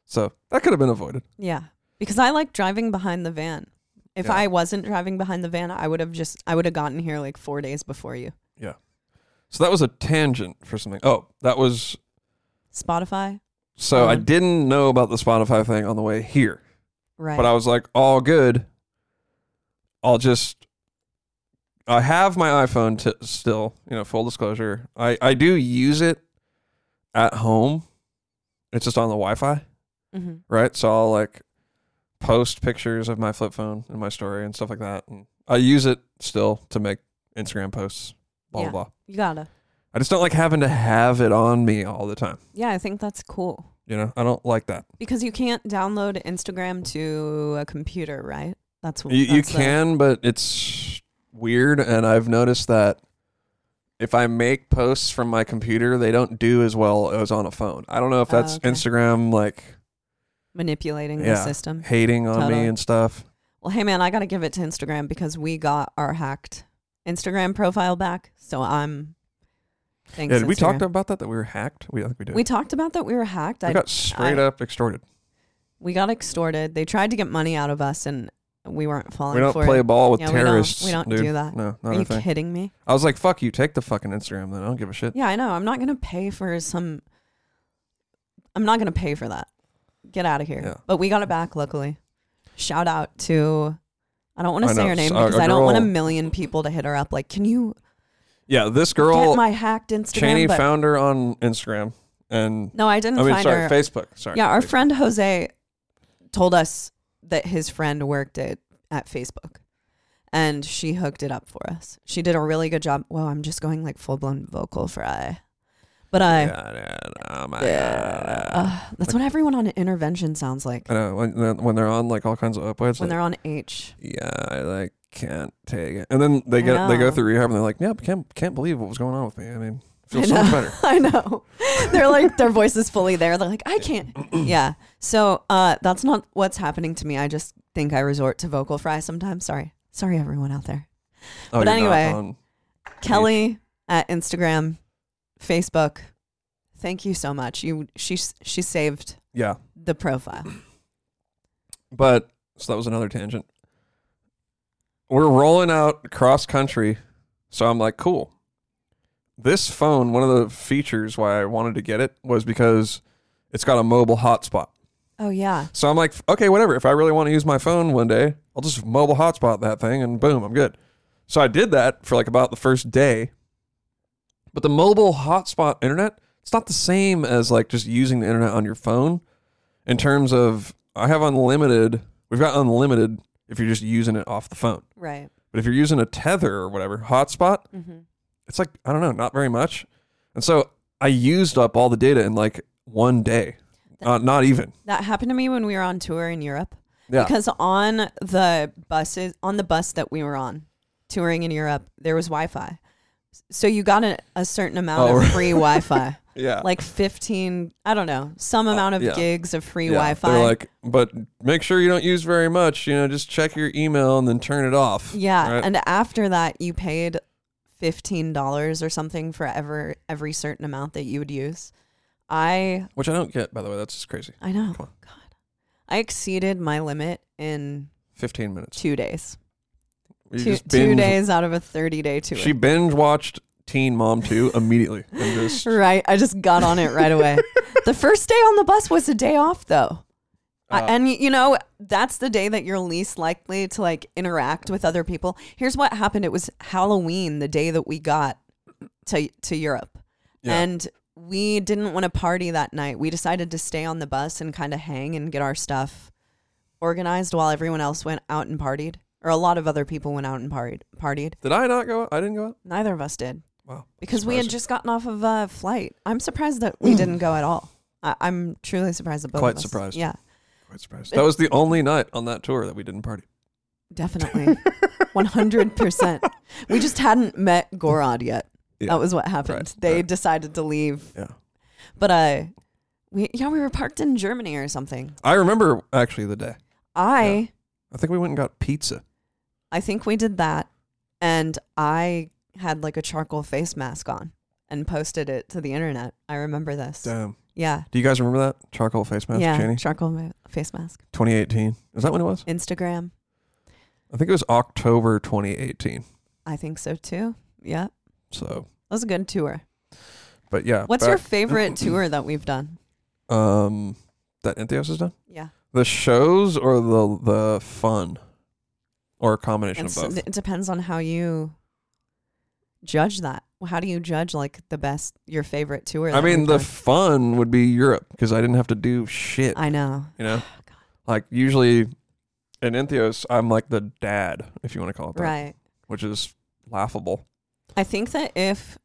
[SPEAKER 2] So that could have been avoided.
[SPEAKER 1] yeah. Because I like driving behind the van. If
[SPEAKER 2] Yeah.
[SPEAKER 1] I wasn't driving behind the van, I would have just I would have gotten here like four days before you.
[SPEAKER 2] So that was a tangent for something. Oh, that was
[SPEAKER 1] Spotify,
[SPEAKER 2] so I
[SPEAKER 1] Mhm.
[SPEAKER 2] didn't know about the Spotify thing on the way here.
[SPEAKER 1] right?
[SPEAKER 2] But uh, I was like, all good. I'll just. I have my iPhone t- still, you know, full disclosure. I, I do use it at home. It's just on the Wi Fi,
[SPEAKER 1] mm-hmm.
[SPEAKER 2] right? So I'll like post pictures of my flip phone and my story and stuff like that. And I use it still to make Instagram posts, blah,
[SPEAKER 1] Yeah.
[SPEAKER 2] blah, blah.
[SPEAKER 1] You gotta.
[SPEAKER 2] I just don't like having to have it on me all the time.
[SPEAKER 1] Yeah, I think that's cool
[SPEAKER 2] You know, I don't like that.
[SPEAKER 1] because you can't download Instagram to a computer, right? That's
[SPEAKER 2] You, you
[SPEAKER 1] that's the-
[SPEAKER 2] can, but it's weird, and I've noticed that if I make posts from my computer, they don't do as well as on a phone. I don't know if
[SPEAKER 1] Oh,
[SPEAKER 2] that's
[SPEAKER 1] okay.
[SPEAKER 2] Instagram like
[SPEAKER 1] manipulating the
[SPEAKER 2] Yeah.
[SPEAKER 1] system.
[SPEAKER 2] hating on
[SPEAKER 1] Totally.
[SPEAKER 2] me and stuff.
[SPEAKER 1] Well, hey man, I gotta give it to Instagram because we got our hacked Instagram profile back. So I'm. Thanks.
[SPEAKER 2] Yeah, did we
[SPEAKER 1] Instagram.
[SPEAKER 2] talked about that that we were hacked. We I think we did.
[SPEAKER 1] We talked about that we were hacked.
[SPEAKER 2] We
[SPEAKER 1] I,
[SPEAKER 2] got straight
[SPEAKER 1] I-
[SPEAKER 2] up extorted.
[SPEAKER 1] we got extorted. They tried to get money out of us, and we weren't falling
[SPEAKER 2] We don't
[SPEAKER 1] for
[SPEAKER 2] play
[SPEAKER 1] it.
[SPEAKER 2] ball with
[SPEAKER 1] Yeah, we don't-
[SPEAKER 2] terrorists.
[SPEAKER 1] we don't
[SPEAKER 2] dude.
[SPEAKER 1] do that.
[SPEAKER 2] No,
[SPEAKER 1] Are
[SPEAKER 2] not
[SPEAKER 1] you
[SPEAKER 2] a thing.
[SPEAKER 1] kidding me?
[SPEAKER 2] I was like, "Fuck you, take the fucking Instagram." Then I don't give a shit.
[SPEAKER 1] Yeah, I know. I'm not gonna pay for some. I'm not gonna pay for that. Get out of here.
[SPEAKER 2] Yeah.
[SPEAKER 1] But we got it back, luckily. Shout out to. I don't want
[SPEAKER 2] I
[SPEAKER 1] to say
[SPEAKER 2] know,
[SPEAKER 1] her name
[SPEAKER 2] s- a- a
[SPEAKER 1] because I don't want a
[SPEAKER 2] girl-
[SPEAKER 1] million people to hit her up. Like, can you
[SPEAKER 2] Yeah, this
[SPEAKER 1] get
[SPEAKER 2] girl
[SPEAKER 1] my hacked Instagram?
[SPEAKER 2] Cheney
[SPEAKER 1] But-
[SPEAKER 2] found her on Instagram, and
[SPEAKER 1] no, I didn't
[SPEAKER 2] I mean,
[SPEAKER 1] find
[SPEAKER 2] sorry,
[SPEAKER 1] her.
[SPEAKER 2] Facebook. Sorry.
[SPEAKER 1] yeah, our
[SPEAKER 2] Facebook.
[SPEAKER 1] friend Jose told us that his friend worked at, at Facebook and she hooked it up for us. She did a really good job. Wow, I'm just going like full blown vocal fry. But I.
[SPEAKER 2] Yeah, yeah, oh my
[SPEAKER 1] Yeah.
[SPEAKER 2] God.
[SPEAKER 1] Ugh, that's what everyone on intervention sounds like
[SPEAKER 2] I know when, they're- when they're on like all kinds of opioids.
[SPEAKER 1] when
[SPEAKER 2] Like,
[SPEAKER 1] they're on H. [laughs]
[SPEAKER 2] yeah, I like can't take it. And then
[SPEAKER 1] I
[SPEAKER 2] they get they
[SPEAKER 1] know.
[SPEAKER 2] go through rehab and they're like, yeah, can't can't believe what was going on with me. I mean, feel
[SPEAKER 1] I
[SPEAKER 2] so
[SPEAKER 1] know.
[SPEAKER 2] much
[SPEAKER 1] [laughs]
[SPEAKER 2] better.
[SPEAKER 1] I know. They're like their voice is fully there. They're like, I can't. Yeah. So uh, that's not what's happening to me. I just think I resort to vocal fry sometimes. Sorry, sorry everyone out there.
[SPEAKER 2] Oh,
[SPEAKER 1] But
[SPEAKER 2] you're not
[SPEAKER 1] anyway.
[SPEAKER 2] on-
[SPEAKER 1] Kelly at Instagram, Facebook. Thank you so much. You she she saved
[SPEAKER 2] yeah.
[SPEAKER 1] the profile.
[SPEAKER 2] But so that was another tangent. We're rolling out cross country, so I'm like, cool. This phone, one of the features why I wanted to get it was because it's got a mobile hotspot.
[SPEAKER 1] Oh yeah.
[SPEAKER 2] So I'm like, okay, whatever. If I really want to use my phone one day, I'll just mobile hotspot that thing and boom, I'm good. So I did that for like about the first day. But the mobile hotspot internet, it's not the same as like just using the internet on your phone in terms of I have unlimited, we've got unlimited if you're just using it off the phone.
[SPEAKER 1] Right.
[SPEAKER 2] But if you're using a tether or whatever, hotspot,
[SPEAKER 1] Mm-hmm.
[SPEAKER 2] it's like, I don't know, not very much. And so I used up all the data in like one day. Uh, not even.
[SPEAKER 1] That happened to me when we were on tour in Europe.
[SPEAKER 2] Yeah.
[SPEAKER 1] Because on the buses, on the bus that we were on, touring in Europe, there was Wi Fi. So you got a, a certain amount
[SPEAKER 2] Oh,
[SPEAKER 1] of
[SPEAKER 2] right.
[SPEAKER 1] free Wi Fi,
[SPEAKER 2] [laughs] Yeah. Uh,
[SPEAKER 1] like 15, I don't know, some amount of
[SPEAKER 2] yeah.
[SPEAKER 1] gigs of free Wi
[SPEAKER 2] Yeah,
[SPEAKER 1] Fi.
[SPEAKER 2] They're like, but make sure you don't use very much. You know, just check your email and then turn it off.
[SPEAKER 1] yeah.
[SPEAKER 2] right?
[SPEAKER 1] And after that, you paid $15 or something for ever, every certain amount that you would use. I,
[SPEAKER 2] Which I don't get, by the way. That's just crazy.
[SPEAKER 1] I know,
[SPEAKER 2] Come on.
[SPEAKER 1] God, I exceeded my limit in
[SPEAKER 2] Fifteen minutes.
[SPEAKER 1] two days.
[SPEAKER 2] You
[SPEAKER 1] Two,
[SPEAKER 2] just
[SPEAKER 1] two
[SPEAKER 2] binge-
[SPEAKER 1] days out of a 30 day tour.
[SPEAKER 2] She binge watched Teen
[SPEAKER 1] [laughs]
[SPEAKER 2] Mom Two immediately. And just,
[SPEAKER 1] Right. I just got on it right
[SPEAKER 2] [laughs]
[SPEAKER 1] away. the first day on the bus was a day off, though. I-
[SPEAKER 2] Uh,
[SPEAKER 1] and y- you know that's the day that you're least likely to like interact with other people. Here's what happened: it was Halloween, the day that we got to to Europe,
[SPEAKER 2] Yeah.
[SPEAKER 1] and we didn't want to party that night. We decided to stay on the bus and kind of hang and get our stuff organized while everyone else went out and partied, or a lot of other people went out and partied. Partied.
[SPEAKER 2] did I not go? out? I didn't go out.
[SPEAKER 1] Neither of us did
[SPEAKER 2] Wow.
[SPEAKER 1] because we had
[SPEAKER 2] Surprising. Hmm.
[SPEAKER 1] just gotten off of a flight. I'm surprised that we didn't go at all. I, I'm truly surprised that both
[SPEAKER 2] Quite
[SPEAKER 1] of us.
[SPEAKER 2] surprised.
[SPEAKER 1] Yeah,
[SPEAKER 2] Quite surprised. That was the only night on that tour that we didn't party.
[SPEAKER 1] definitely, 100. percent We just hadn't met Gorod yet.
[SPEAKER 2] Yeah.
[SPEAKER 1] That was what happened.
[SPEAKER 2] Right,
[SPEAKER 1] they
[SPEAKER 2] right.
[SPEAKER 1] decided to leave,
[SPEAKER 2] Yeah.
[SPEAKER 1] but uh, we yeah we were parked in Germany or something.
[SPEAKER 2] I remember actually the day.
[SPEAKER 1] I
[SPEAKER 2] I think we went and got pizza.
[SPEAKER 1] I think we did that, and I had like a charcoal face mask on and posted it to the internet. I remember this.
[SPEAKER 2] Damn.
[SPEAKER 1] Yeah,
[SPEAKER 2] Do you guys remember that charcoal face mask,
[SPEAKER 1] yeah,
[SPEAKER 2] Chaney?
[SPEAKER 1] charcoal ma- face mask.
[SPEAKER 2] 2018. Is that when it was?
[SPEAKER 1] Instagram.
[SPEAKER 2] I think it was October 2018.
[SPEAKER 1] I think so too. Yeah. That
[SPEAKER 2] So,
[SPEAKER 1] was a good tour.
[SPEAKER 2] but yeah.
[SPEAKER 1] What's
[SPEAKER 2] back-
[SPEAKER 1] your
[SPEAKER 2] [laughs]
[SPEAKER 1] favorite tour that we've done?
[SPEAKER 2] um that Entheos has done?
[SPEAKER 1] Yeah.
[SPEAKER 2] The shows or the the fun? Or a combination
[SPEAKER 1] It's,
[SPEAKER 2] of both.
[SPEAKER 1] it depends on how you judge that. How do you judge like the best your favorite tour?
[SPEAKER 2] I
[SPEAKER 1] that
[SPEAKER 2] mean,
[SPEAKER 1] we've
[SPEAKER 2] the
[SPEAKER 1] done?
[SPEAKER 2] fun would be Europe because I didn't have to do shit.
[SPEAKER 1] I know.
[SPEAKER 2] you know, like usually in Entheos, I'm like the dad, if you want to call it that,
[SPEAKER 1] Right.
[SPEAKER 2] which is laughable.
[SPEAKER 1] I think that if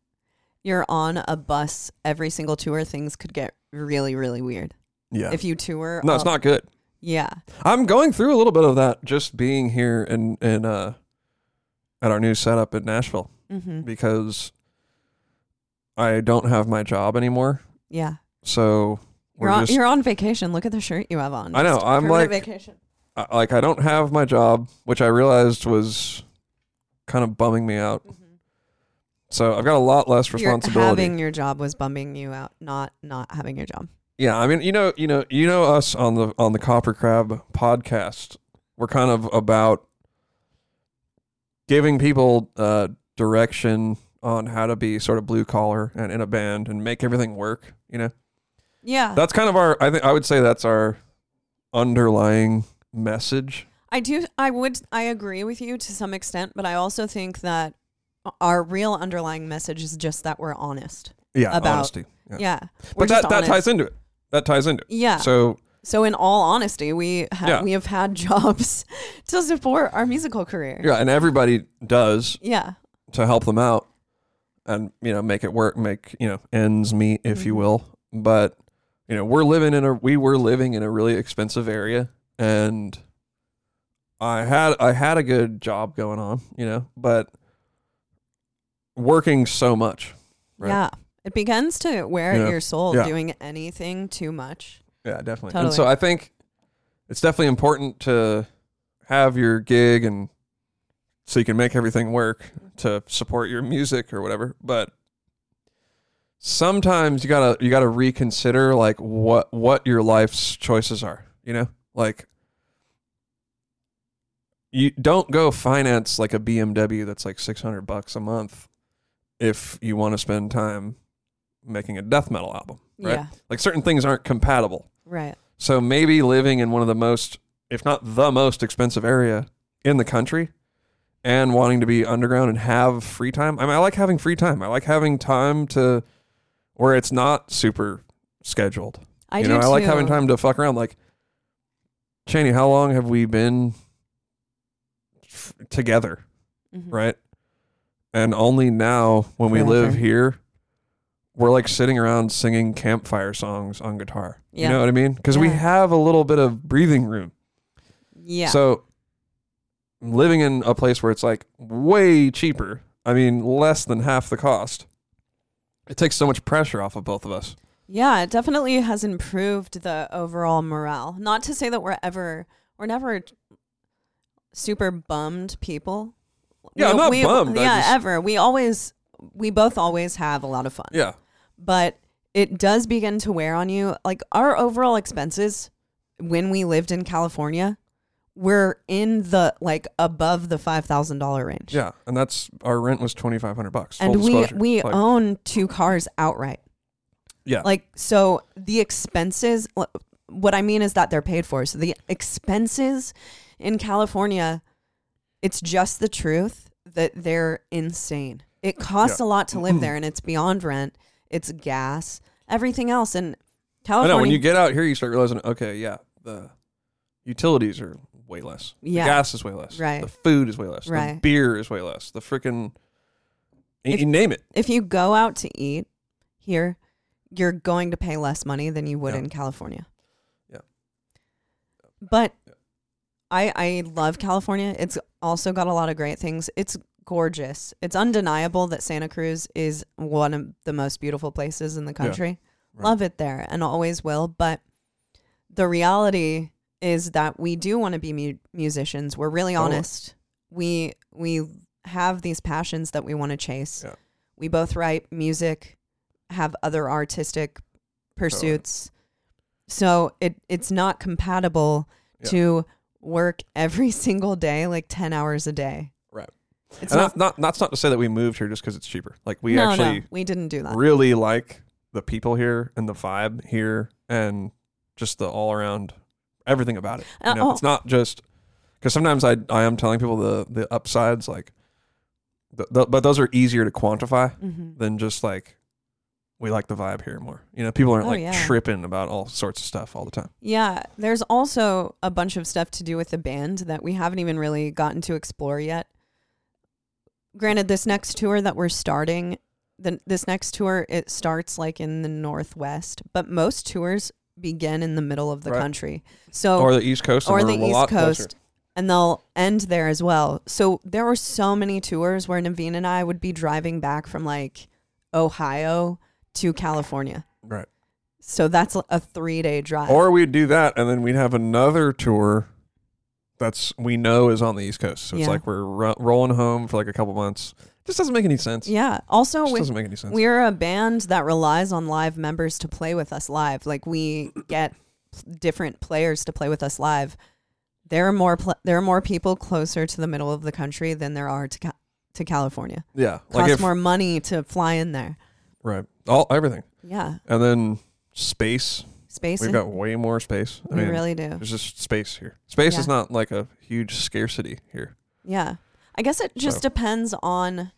[SPEAKER 1] you're on a bus every single tour, things could get really, really weird.
[SPEAKER 2] Yeah.
[SPEAKER 1] If you tour,
[SPEAKER 2] no, it's
[SPEAKER 1] all-
[SPEAKER 2] not good.
[SPEAKER 1] Yeah.
[SPEAKER 2] I'm going through a little bit of that just being here in in uh at our new setup in Nashville
[SPEAKER 1] hmm
[SPEAKER 2] because I don't have my job anymore.
[SPEAKER 1] Yeah.
[SPEAKER 2] So
[SPEAKER 1] You're
[SPEAKER 2] we're
[SPEAKER 1] on,
[SPEAKER 2] just
[SPEAKER 1] you're on vacation. Look at the shirt you have on.
[SPEAKER 2] I know,
[SPEAKER 1] Just
[SPEAKER 2] I'm
[SPEAKER 1] permanent
[SPEAKER 2] like-
[SPEAKER 1] vacation.
[SPEAKER 2] I- like I don't have my job, which I realized was kind of bumming me out. So I've got a lot less
[SPEAKER 1] Mm-hmm. You're
[SPEAKER 2] responsibility.
[SPEAKER 1] having your job was bumming you out, not not having your job.
[SPEAKER 2] yeah, I mean, you know, you know, you know us on the on the Copper Crab podcast. We're kind of about giving people uh, direction on how to be sort of blue collar and in a band and make everything work. You know,
[SPEAKER 1] Yeah.
[SPEAKER 2] that's kind of our. I think I would say that's our underlying message.
[SPEAKER 1] I do. I would. I agree with you to some extent, but I also think that our real underlying message is just that we're honest.
[SPEAKER 2] Yeah,
[SPEAKER 1] About-
[SPEAKER 2] honesty. Yeah,
[SPEAKER 1] Yeah, we're
[SPEAKER 2] but that
[SPEAKER 1] just
[SPEAKER 2] that ties
[SPEAKER 1] honest.
[SPEAKER 2] into it. That ties into it.
[SPEAKER 1] Yeah. So,
[SPEAKER 2] So
[SPEAKER 1] in all honesty, we ha-
[SPEAKER 2] Yeah.
[SPEAKER 1] we have had [laughs] jobs to support our musical career.
[SPEAKER 2] yeah, and everybody does
[SPEAKER 1] Yeah.
[SPEAKER 2] to help them out, and you know make it work, make you know ends meet, if you
[SPEAKER 1] Mhm.
[SPEAKER 2] will. But you know we're living in a we were living in a really expensive area, and I had I had a good job going on, you know, but working so much, Right.
[SPEAKER 1] Yeah. It begins to wear
[SPEAKER 2] Yeah.
[SPEAKER 1] at your soul
[SPEAKER 2] Yeah.
[SPEAKER 1] doing anything too much.
[SPEAKER 2] Yeah, definitely. And
[SPEAKER 1] Totally.
[SPEAKER 2] so I think it's definitely important to have your gig and so you can make everything work to support your music or whatever. But sometimes you gotta you gotta reconsider like what what your life's choices are. You know, like you don't go finance like a BMW that's like six hundred bucks a month if you want to spend time making a death metal album. Right?
[SPEAKER 1] Yeah.
[SPEAKER 2] Like certain things aren't compatible.
[SPEAKER 1] Right.
[SPEAKER 2] So maybe living in one of the most, if not the most expensive area in the country and wanting to be underground and have free time. I mean, I like having free time. I like having time to where it's not super scheduled.
[SPEAKER 1] I
[SPEAKER 2] you
[SPEAKER 1] do
[SPEAKER 2] know, I like
[SPEAKER 1] too.
[SPEAKER 2] having time to fuck around. Like, Cheney, how long have we been f- together?
[SPEAKER 1] Mhm.
[SPEAKER 2] right? And only now, when we
[SPEAKER 1] Forever.
[SPEAKER 2] live here, we're like sitting around singing campfire songs on guitar.
[SPEAKER 1] Yeah.
[SPEAKER 2] You know what I mean? Because we
[SPEAKER 1] Yeah.
[SPEAKER 2] have a little bit of breathing room.
[SPEAKER 1] Yeah.
[SPEAKER 2] So living in a place where it's like way cheaper, I mean, less than half the cost, it takes so much pressure off of both of us.
[SPEAKER 1] Yeah, it definitely has improved the overall morale. Not to say that we're ever we're never super bummed people.
[SPEAKER 2] Yeah,
[SPEAKER 1] We-
[SPEAKER 2] I'm not
[SPEAKER 1] we-
[SPEAKER 2] bummed, I
[SPEAKER 1] Yeah,
[SPEAKER 2] just-
[SPEAKER 1] ever. We always we both always have a lot of fun.
[SPEAKER 2] Yeah.
[SPEAKER 1] But it does begin to wear on you. Like our overall expenses when we lived in California were in the like above the five thousand dollar range.
[SPEAKER 2] Yeah. And that's our rent was 2500 bucks. full
[SPEAKER 1] And we
[SPEAKER 2] disclosure.
[SPEAKER 1] we
[SPEAKER 2] Like,
[SPEAKER 1] own two cars outright.
[SPEAKER 2] Yeah.
[SPEAKER 1] Like so the expenses wh- what I mean is that they're paid for. So the expenses in California it's just the truth that they're insane. It costs a lot to
[SPEAKER 2] Mm-hmm.
[SPEAKER 1] live there and it's beyond rent, it's gas, everything else and
[SPEAKER 2] I
[SPEAKER 1] California
[SPEAKER 2] know when you get out here, you start realizing, okay, yeah, the utilities are way less.
[SPEAKER 1] Yeah.
[SPEAKER 2] The gas is way less.
[SPEAKER 1] Right.
[SPEAKER 2] The food is way less. The
[SPEAKER 1] Right.
[SPEAKER 2] beer is way less. The freaking,
[SPEAKER 1] If-
[SPEAKER 2] you name it.
[SPEAKER 1] if you go out to eat here, you're going to pay less money than you would
[SPEAKER 2] Yeah.
[SPEAKER 1] in California.
[SPEAKER 2] Yeah.
[SPEAKER 1] But I I love California. It's also got a lot of great things. It's gorgeous. It's undeniable that Santa Cruz is one of the most beautiful places in the country.
[SPEAKER 2] Right.
[SPEAKER 1] Love it there and always will, but the reality is that we do want to be mu- musicians. We're really
[SPEAKER 2] Oh.
[SPEAKER 1] honest. We we have these passions that we want to chase.
[SPEAKER 2] Yeah.
[SPEAKER 1] We both write music, have other artistic pursuits. So it it's not compatible
[SPEAKER 2] Yeah.
[SPEAKER 1] to work every [laughs] single day like 10 hours a day.
[SPEAKER 2] Right.
[SPEAKER 1] It's
[SPEAKER 2] and
[SPEAKER 1] not,
[SPEAKER 2] that's not, that's not to say that we moved here just because it's cheaper. Like we
[SPEAKER 1] no, Uh,
[SPEAKER 2] actually
[SPEAKER 1] no, we didn't do that.
[SPEAKER 2] really like the people here and the vibe here and just the all around everything about it. You
[SPEAKER 1] Uh,
[SPEAKER 2] know,
[SPEAKER 1] oh.
[SPEAKER 2] It's not just because sometimes I I am telling people the the upsides like, th- th- but those are easier to quantify.
[SPEAKER 1] hmm
[SPEAKER 2] than just like we like the vibe here more. You know, people aren't
[SPEAKER 1] Oh,
[SPEAKER 2] like
[SPEAKER 1] yeah.
[SPEAKER 2] tripping about all sorts of stuff all the time.
[SPEAKER 1] Yeah, there's also a bunch of stuff to do with the band that we haven't even really gotten to explore yet. Granted, this next tour that we're starting, the, this next tour it starts like in the northwest, but most tours begin in the middle of the
[SPEAKER 2] Right.
[SPEAKER 1] country. So
[SPEAKER 2] Or the East Coast, and
[SPEAKER 1] Oh, or
[SPEAKER 2] we're
[SPEAKER 1] the
[SPEAKER 2] a lot
[SPEAKER 1] East
[SPEAKER 2] closer.
[SPEAKER 1] Coast. and they'll end there as well. So there were so many tours where Naveen and I would be driving back from like Ohio to California.
[SPEAKER 2] Right.
[SPEAKER 1] So that's a three day drive.
[SPEAKER 2] Or we'd do that and then we'd have another tour that's we know is on the East Coast. So it's
[SPEAKER 1] Yeah.
[SPEAKER 2] like we're ro- rolling home for like a couple months. Just doesn't make any sense.
[SPEAKER 1] yeah. Also,
[SPEAKER 2] Just
[SPEAKER 1] with,
[SPEAKER 2] doesn't make any sense.
[SPEAKER 1] we are a band that relies on live members to play with us live. Like we get different players to play with us live. There are more pl- there are more people closer to the middle of the country than there are to ca- to California.
[SPEAKER 2] yeah.
[SPEAKER 1] Costs
[SPEAKER 2] Like if,
[SPEAKER 1] more money to fly in there.
[SPEAKER 2] right. All everything.
[SPEAKER 1] Yeah,
[SPEAKER 2] And then space.
[SPEAKER 1] space.
[SPEAKER 2] We've got way more space. I
[SPEAKER 1] we
[SPEAKER 2] mean,
[SPEAKER 1] really do.
[SPEAKER 2] there's just space here. Space is
[SPEAKER 1] Yeah.
[SPEAKER 2] not like a huge scarcity here.
[SPEAKER 1] Yeah. I guess it just
[SPEAKER 2] So-
[SPEAKER 1] depends on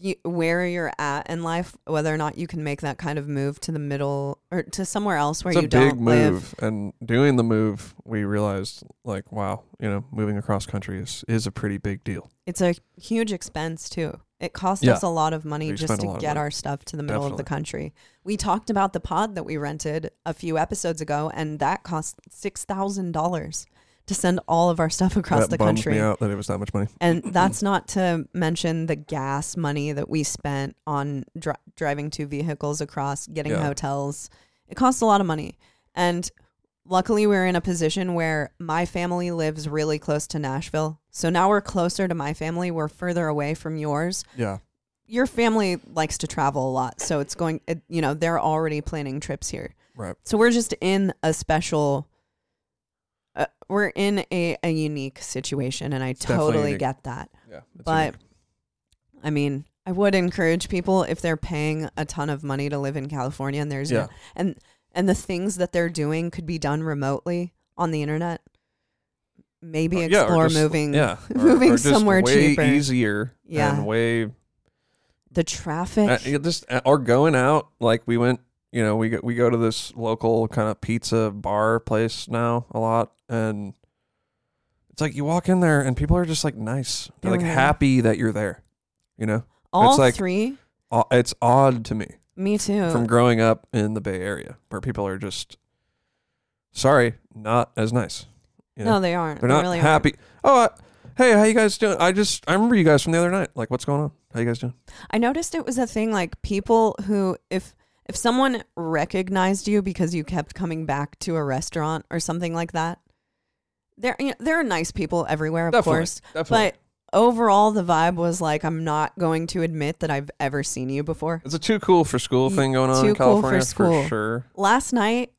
[SPEAKER 1] you, where you're at in life, whether or not you can make that kind of move to the middle or to somewhere else where
[SPEAKER 2] it's a
[SPEAKER 1] you
[SPEAKER 2] big
[SPEAKER 1] don't live.
[SPEAKER 2] move, and doing the move, we realized like, wow, you know, moving across country is is a pretty big deal.
[SPEAKER 1] It's a huge expense too. It costs
[SPEAKER 2] Yeah.
[SPEAKER 1] us a lot of money
[SPEAKER 2] We
[SPEAKER 1] just
[SPEAKER 2] spend a lot
[SPEAKER 1] to
[SPEAKER 2] of
[SPEAKER 1] get
[SPEAKER 2] money.
[SPEAKER 1] our stuff to the middle of the
[SPEAKER 2] Definitely.
[SPEAKER 1] country. We talked about the pod that we rented a few episodes ago, and that cost six thousand dollars to send all of our stuff [laughs] across
[SPEAKER 2] that
[SPEAKER 1] the
[SPEAKER 2] bums
[SPEAKER 1] country.
[SPEAKER 2] me out that it was that much money. [clears throat]
[SPEAKER 1] And that's not to mention the gas money that we spent on dri- driving two vehicles across, getting
[SPEAKER 2] Yeah.
[SPEAKER 1] hotels. It costs a lot of money. And luckily, we're in a position where my family lives really close to Nashville. So now we're closer to my family. We're further away from yours.
[SPEAKER 2] Yeah,
[SPEAKER 1] Your family likes to travel a lot. So it's going, it, you know, they're already planning trips here.
[SPEAKER 2] right.
[SPEAKER 1] So we're just in a special. Uh, we're in a, a unique situation, and I
[SPEAKER 2] definitely
[SPEAKER 1] totally
[SPEAKER 2] unique.
[SPEAKER 1] get that.
[SPEAKER 2] Yeah, it's
[SPEAKER 1] But
[SPEAKER 2] unique.
[SPEAKER 1] I mean, I would encourage people if they're paying a ton of money to live in California and there's
[SPEAKER 2] yeah,
[SPEAKER 1] and and the things that they're doing could be done remotely on the internet. Maybe
[SPEAKER 2] Or- Uh, yeah, or
[SPEAKER 1] explore
[SPEAKER 2] just-
[SPEAKER 1] moving [laughs]
[SPEAKER 2] yeah, or-
[SPEAKER 1] moving
[SPEAKER 2] or just
[SPEAKER 1] somewhere
[SPEAKER 2] way
[SPEAKER 1] cheaper.
[SPEAKER 2] easier,
[SPEAKER 1] Yeah.
[SPEAKER 2] and way
[SPEAKER 1] the traffic.
[SPEAKER 2] Uh, you just uh, or going out like we went you know we go, we go to this local kind of pizza bar place now a lot and it's like you walk in there and people are just like nice they're like
[SPEAKER 1] Yeah.
[SPEAKER 2] happy that you're there you know
[SPEAKER 1] All
[SPEAKER 2] it's like-
[SPEAKER 1] three.
[SPEAKER 2] Au- it's odd to me
[SPEAKER 1] Me too.
[SPEAKER 2] from growing up in the bay area where people are just sorry not as nice you know?
[SPEAKER 1] No, they aren't.
[SPEAKER 2] they're
[SPEAKER 1] They
[SPEAKER 2] not
[SPEAKER 1] really aren't.
[SPEAKER 2] happy oh uh, hey how you guys doing i just i remember you guys from the other night like what's going on how you guys doing
[SPEAKER 1] I noticed it was a thing like people who if if someone recognized you because you kept coming back to a restaurant or something like that. There you know, there are nice people everywhere, of
[SPEAKER 2] Definitely,
[SPEAKER 1] course.
[SPEAKER 2] definitely
[SPEAKER 1] But overall the vibe was like I'm not going to admit that I've ever seen you before.
[SPEAKER 2] It's a too cool for school
[SPEAKER 1] Y-
[SPEAKER 2] thing going on
[SPEAKER 1] too
[SPEAKER 2] in
[SPEAKER 1] cool for
[SPEAKER 2] California
[SPEAKER 1] school.
[SPEAKER 2] sure.
[SPEAKER 1] Last night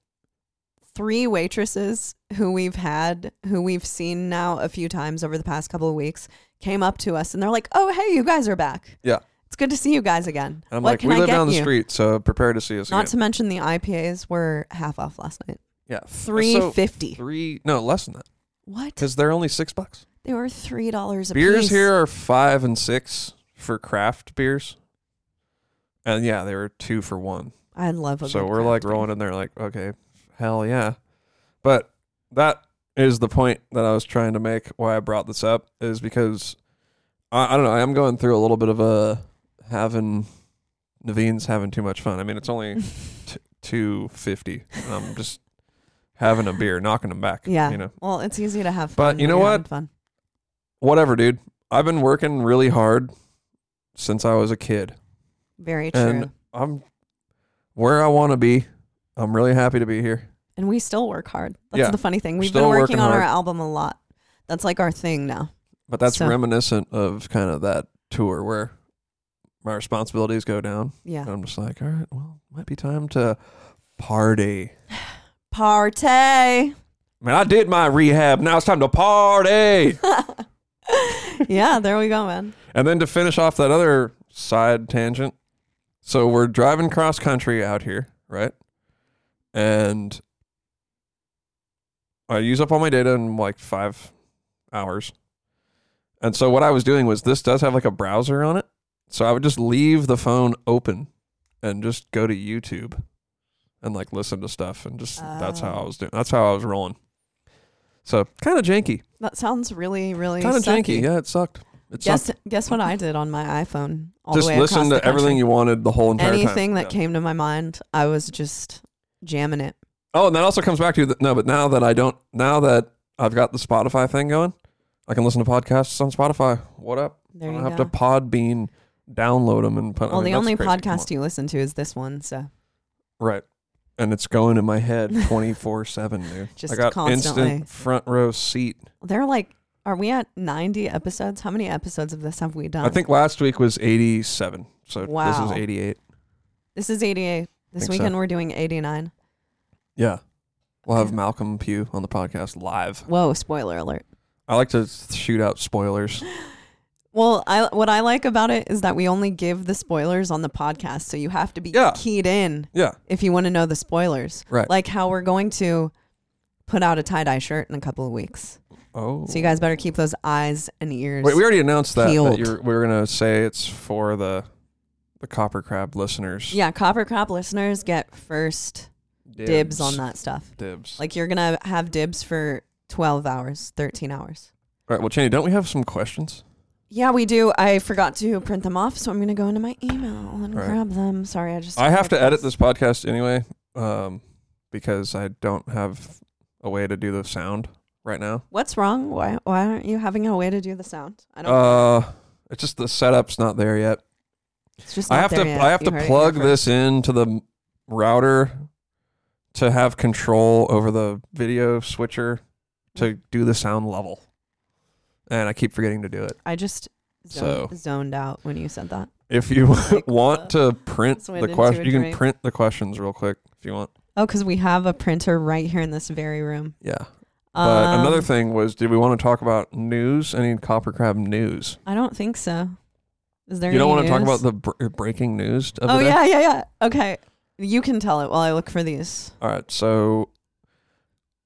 [SPEAKER 1] three waitresses who we've had who we've seen now a few times over the past couple of weeks came up to us and they're like, "Oh, hey, you guys are back."
[SPEAKER 2] Yeah.
[SPEAKER 1] It's good to see you guys again.
[SPEAKER 2] And I'm
[SPEAKER 1] what
[SPEAKER 2] like,
[SPEAKER 1] can
[SPEAKER 2] we
[SPEAKER 1] I
[SPEAKER 2] live
[SPEAKER 1] get
[SPEAKER 2] down the
[SPEAKER 1] you?
[SPEAKER 2] street, so prepare to see us
[SPEAKER 1] Not
[SPEAKER 2] again.
[SPEAKER 1] to mention the IPAs were half off last night.
[SPEAKER 2] yeah,
[SPEAKER 1] Three
[SPEAKER 2] So,
[SPEAKER 1] fifty.
[SPEAKER 2] three, no less than that,
[SPEAKER 1] What?
[SPEAKER 2] because they're only six bucks.
[SPEAKER 1] They were three dollars a
[SPEAKER 2] Beers
[SPEAKER 1] piece.
[SPEAKER 2] here are five and six for craft beers, and yeah, they were two for one.
[SPEAKER 1] I love a
[SPEAKER 2] so
[SPEAKER 1] good
[SPEAKER 2] we're
[SPEAKER 1] craft
[SPEAKER 2] like
[SPEAKER 1] beer.
[SPEAKER 2] rolling in there, like, okay, hell yeah. But that is the point that I was trying to make. Why I brought this up is because I, I don't know. I am going through a little bit of a having Naveen's having too much fun. I mean, it's only t- two fifty. I'm just having a beer, knocking them back.
[SPEAKER 1] Yeah.
[SPEAKER 2] you know,
[SPEAKER 1] Well, it's easy to have
[SPEAKER 2] But
[SPEAKER 1] fun.
[SPEAKER 2] you know
[SPEAKER 1] when you're
[SPEAKER 2] what?
[SPEAKER 1] having Fun.
[SPEAKER 2] whatever, dude. I've been working really hard since I was a kid.
[SPEAKER 1] Very true.
[SPEAKER 2] And-
[SPEAKER 1] And,
[SPEAKER 2] I'm where I want to be. I'm really happy to be here.
[SPEAKER 1] we still work hard. That's
[SPEAKER 2] Yeah.
[SPEAKER 1] the funny thing. We've
[SPEAKER 2] Still
[SPEAKER 1] been working
[SPEAKER 2] working
[SPEAKER 1] on our
[SPEAKER 2] hard.
[SPEAKER 1] album a lot. That's like our thing now.
[SPEAKER 2] But that's
[SPEAKER 1] So-
[SPEAKER 2] reminiscent of kind of that tour where my responsibilities go down.
[SPEAKER 1] Yeah.
[SPEAKER 2] And I'm just like, all right, well, might be time to party.
[SPEAKER 1] Party. [laughs]
[SPEAKER 2] Man, I did my rehab. Now it's time to party.
[SPEAKER 1] yeah, there we go, man.
[SPEAKER 2] and then to finish off that other side tangent. So we're driving cross country out here, right? And I use up all my data in like five hours. And so what I was doing was this does have like a browser on it. So I would just leave the phone open and just go to YouTube and like listen to stuff and just that's how I
[SPEAKER 1] Oh.
[SPEAKER 2] was doing that's how I was rolling. So kind of janky.
[SPEAKER 1] That sounds really, really
[SPEAKER 2] Kind of
[SPEAKER 1] sucky.
[SPEAKER 2] janky. Yeah, it sucked. It sucked.
[SPEAKER 1] Guess guess what I did on my iPhone all
[SPEAKER 2] just
[SPEAKER 1] the way
[SPEAKER 2] listen
[SPEAKER 1] across
[SPEAKER 2] to
[SPEAKER 1] the country?
[SPEAKER 2] everything you wanted the whole entire time.
[SPEAKER 1] Anything that
[SPEAKER 2] Yeah.
[SPEAKER 1] came to my mind, I was just jamming it.
[SPEAKER 2] Oh, and that also comes back to the, no, but now that I don't, now that I've got the Spotify thing going. I can listen to podcasts on Spotify. What up?
[SPEAKER 1] There
[SPEAKER 2] I
[SPEAKER 1] you
[SPEAKER 2] don't
[SPEAKER 1] go.
[SPEAKER 2] have to Podbean, download them, and put. I
[SPEAKER 1] well, the
[SPEAKER 2] mean, that's
[SPEAKER 1] only
[SPEAKER 2] crazy. Come
[SPEAKER 1] podcast you listen to is this one, so
[SPEAKER 2] on. right, and it's going in my
[SPEAKER 1] [laughs]
[SPEAKER 2] head twenty four seven, dude.
[SPEAKER 1] Just
[SPEAKER 2] I got
[SPEAKER 1] constantly.
[SPEAKER 2] instant front row seat.
[SPEAKER 1] they're like, are we at ninety episodes? How many episodes of this have we done?
[SPEAKER 2] I think last week was eighty seven, so this
[SPEAKER 1] Wow.
[SPEAKER 2] is eighty eight.
[SPEAKER 1] this is eighty-eight. This
[SPEAKER 2] Think so.
[SPEAKER 1] weekend we're doing eighty-nine.
[SPEAKER 2] Yeah, we'll have Malcolm Pugh on the podcast live.
[SPEAKER 1] Whoa! Spoiler alert.
[SPEAKER 2] I like to shoot out spoilers.
[SPEAKER 1] Well, I what I like about it is that we only give the spoilers on the podcast, so you have to be
[SPEAKER 2] Yeah.
[SPEAKER 1] keyed in
[SPEAKER 2] Yeah,
[SPEAKER 1] if you want to know the spoilers.
[SPEAKER 2] Right.
[SPEAKER 1] Like how we're going to put out a tie dye shirt in a couple of weeks.
[SPEAKER 2] Oh.
[SPEAKER 1] So you guys better keep those eyes and ears.
[SPEAKER 2] Wait, we already announced that, that
[SPEAKER 1] peeled.
[SPEAKER 2] you're, we were gonna say it's for the the copper crab listeners.
[SPEAKER 1] yeah, Copper Crop listeners get first dibs. on that stuff.
[SPEAKER 2] Dibs. Like,
[SPEAKER 1] Like you're gonna have dibs for twelve hours, thirteen hours.
[SPEAKER 2] All right. Well, Cheney, don't we have some questions?
[SPEAKER 1] Yeah, we do. I forgot to print them off, so I'm gonna go into my email and
[SPEAKER 2] All right.
[SPEAKER 1] grab them. Sorry, I just
[SPEAKER 2] I have to edit this podcast anyway, um, because I don't have a way to do the sound right now.
[SPEAKER 1] What's wrong? Why why aren't you having a way to do the sound? I don't.
[SPEAKER 2] Uh, it's just the setup's not there yet.
[SPEAKER 1] it's just
[SPEAKER 2] I
[SPEAKER 1] not
[SPEAKER 2] have
[SPEAKER 1] there
[SPEAKER 2] to
[SPEAKER 1] yet.
[SPEAKER 2] I have
[SPEAKER 1] You
[SPEAKER 2] to
[SPEAKER 1] heard it here
[SPEAKER 2] plug
[SPEAKER 1] first.
[SPEAKER 2] this into the m- router to have control over the video switcher
[SPEAKER 1] Mm-hmm.
[SPEAKER 2] to do the sound level. And I keep forgetting to do it.
[SPEAKER 1] I just zoned,
[SPEAKER 2] So.
[SPEAKER 1] zoned out when you said that.
[SPEAKER 2] If you [laughs]
[SPEAKER 1] Like, uh,
[SPEAKER 2] want to print
[SPEAKER 1] this went
[SPEAKER 2] the
[SPEAKER 1] into
[SPEAKER 2] question,
[SPEAKER 1] a
[SPEAKER 2] you can
[SPEAKER 1] drink.
[SPEAKER 2] print the questions real quick if you want.
[SPEAKER 1] Oh, because we have a printer right here in this very room.
[SPEAKER 2] Yeah. But another
[SPEAKER 1] Um,
[SPEAKER 2] thing was, did we want to talk about news? Any copper crab news?
[SPEAKER 1] I don't think so. Is there?
[SPEAKER 2] You don't
[SPEAKER 1] any
[SPEAKER 2] want to talk
[SPEAKER 1] news?
[SPEAKER 2] about the br- breaking news of
[SPEAKER 1] Oh
[SPEAKER 2] the day?
[SPEAKER 1] yeah, yeah, yeah. Okay, you can tell it while I look for these.
[SPEAKER 2] All right, so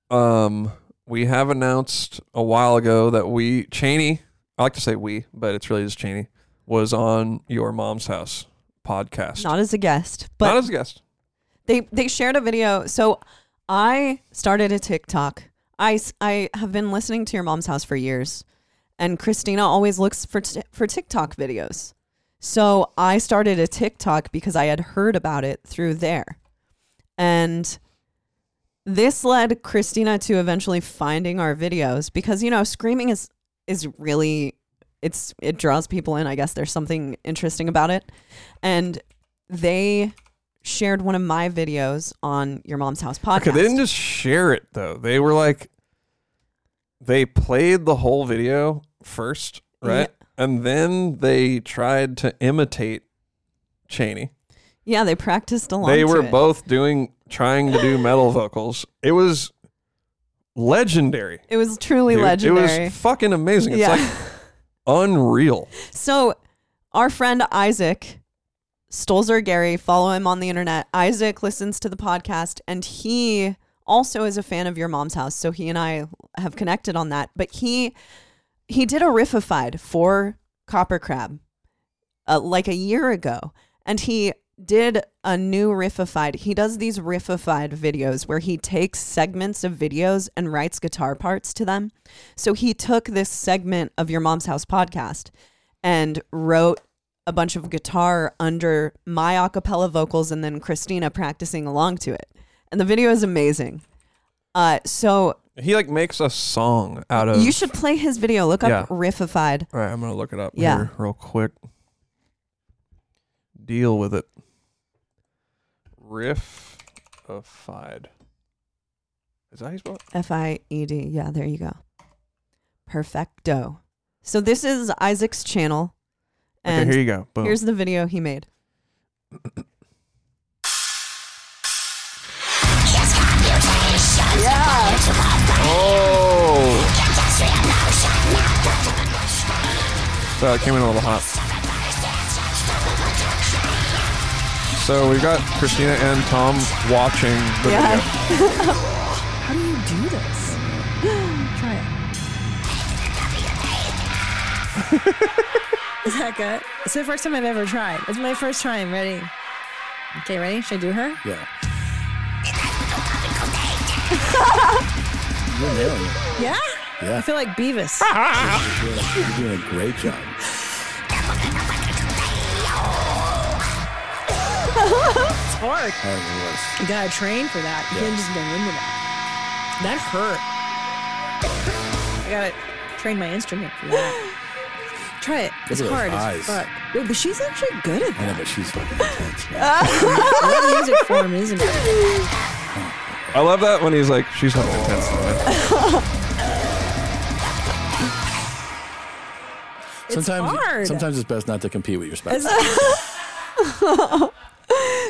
[SPEAKER 2] um we have announced a while ago that we Cheney, I like to say we, but it's really just Cheney, was on your mom's house podcast.
[SPEAKER 1] Not as a guest, but
[SPEAKER 2] Not as a guest.
[SPEAKER 1] they they shared a video. So I started a TikTok. I s- I have been listening to your mom's house for years, and Christina always looks for t- for TikTok videos. So I started a TikTok because I had heard about it through there, and this led Christina to eventually finding our videos because you know screaming is is really it's it draws people in. I guess there's something interesting about it, and they shared one of my videos on your mom's house podcast.
[SPEAKER 2] Okay, they didn't just share it though. They were like they played the whole video first, right? And then they tried to imitate Cheney.
[SPEAKER 1] yeah, they practiced along.
[SPEAKER 2] They
[SPEAKER 1] to
[SPEAKER 2] were
[SPEAKER 1] it.
[SPEAKER 2] both doing trying
[SPEAKER 1] [laughs]
[SPEAKER 2] to do metal vocals. It was legendary.
[SPEAKER 1] It was truly
[SPEAKER 2] dude.
[SPEAKER 1] legendary.
[SPEAKER 2] It was fucking amazing. It's
[SPEAKER 1] yeah. [laughs]
[SPEAKER 2] like unreal.
[SPEAKER 1] so our friend Isaac Stolzer Gary, follow him on the internet. Isaac listens to the podcast and he also is a fan of your mom's house. So he and I have connected on that. But he he did a riffified for Copper Crab uh, like a year ago, and he did a new riffified. He does these riffified videos where he takes segments of videos and writes guitar parts to them. So he took this segment of your mom's house podcast and wrote a bunch of guitar under my a cappella vocals and then Christina practicing along to it. And the video is amazing. Uh, so
[SPEAKER 2] He like makes a song out of.
[SPEAKER 1] you should play his video. Look up
[SPEAKER 2] Yeah.
[SPEAKER 1] Riffified.
[SPEAKER 2] All right, I'm gonna look it up
[SPEAKER 1] Yeah.
[SPEAKER 2] here real quick. Deal with it. Riffified. Is that how you spell it?
[SPEAKER 1] F I E D. Yeah, there you go. Perfecto. So this is Isaac's channel. And
[SPEAKER 2] okay, here you go. Boom.
[SPEAKER 1] here's the video he made.
[SPEAKER 2] oh. So it came in a little hot. So we've got Christina and Tom watching the
[SPEAKER 1] Yeah.
[SPEAKER 2] video.
[SPEAKER 3] How do you do this?
[SPEAKER 1] [gasps]
[SPEAKER 3] Try it. Is that good? It's the first time I've ever tried. It's my first time. Ready? Okay, ready? Should I do her?
[SPEAKER 2] Yeah.
[SPEAKER 4] You're nailing it.
[SPEAKER 3] Yeah? Ah.
[SPEAKER 4] Yeah.
[SPEAKER 3] I feel like Beavis.
[SPEAKER 4] You're, you're doing a great job.
[SPEAKER 3] It's hard.
[SPEAKER 4] All right, it was.
[SPEAKER 3] You gotta train for that. You can't just go into that. That hurt. I gotta train my instrument for that. [gasps] Try it. It's
[SPEAKER 4] Look at
[SPEAKER 3] hard
[SPEAKER 4] those
[SPEAKER 3] as
[SPEAKER 4] eyes.
[SPEAKER 3] fuck. Wait, but she's actually good at
[SPEAKER 4] I know,
[SPEAKER 3] that.
[SPEAKER 4] but she's fucking intense. man.
[SPEAKER 3] What music form isn't [laughs] it?
[SPEAKER 2] I love that when he's like, she's fucking intense.
[SPEAKER 4] sometimes,
[SPEAKER 3] hard.
[SPEAKER 4] sometimes it's best not to compete with your spouse.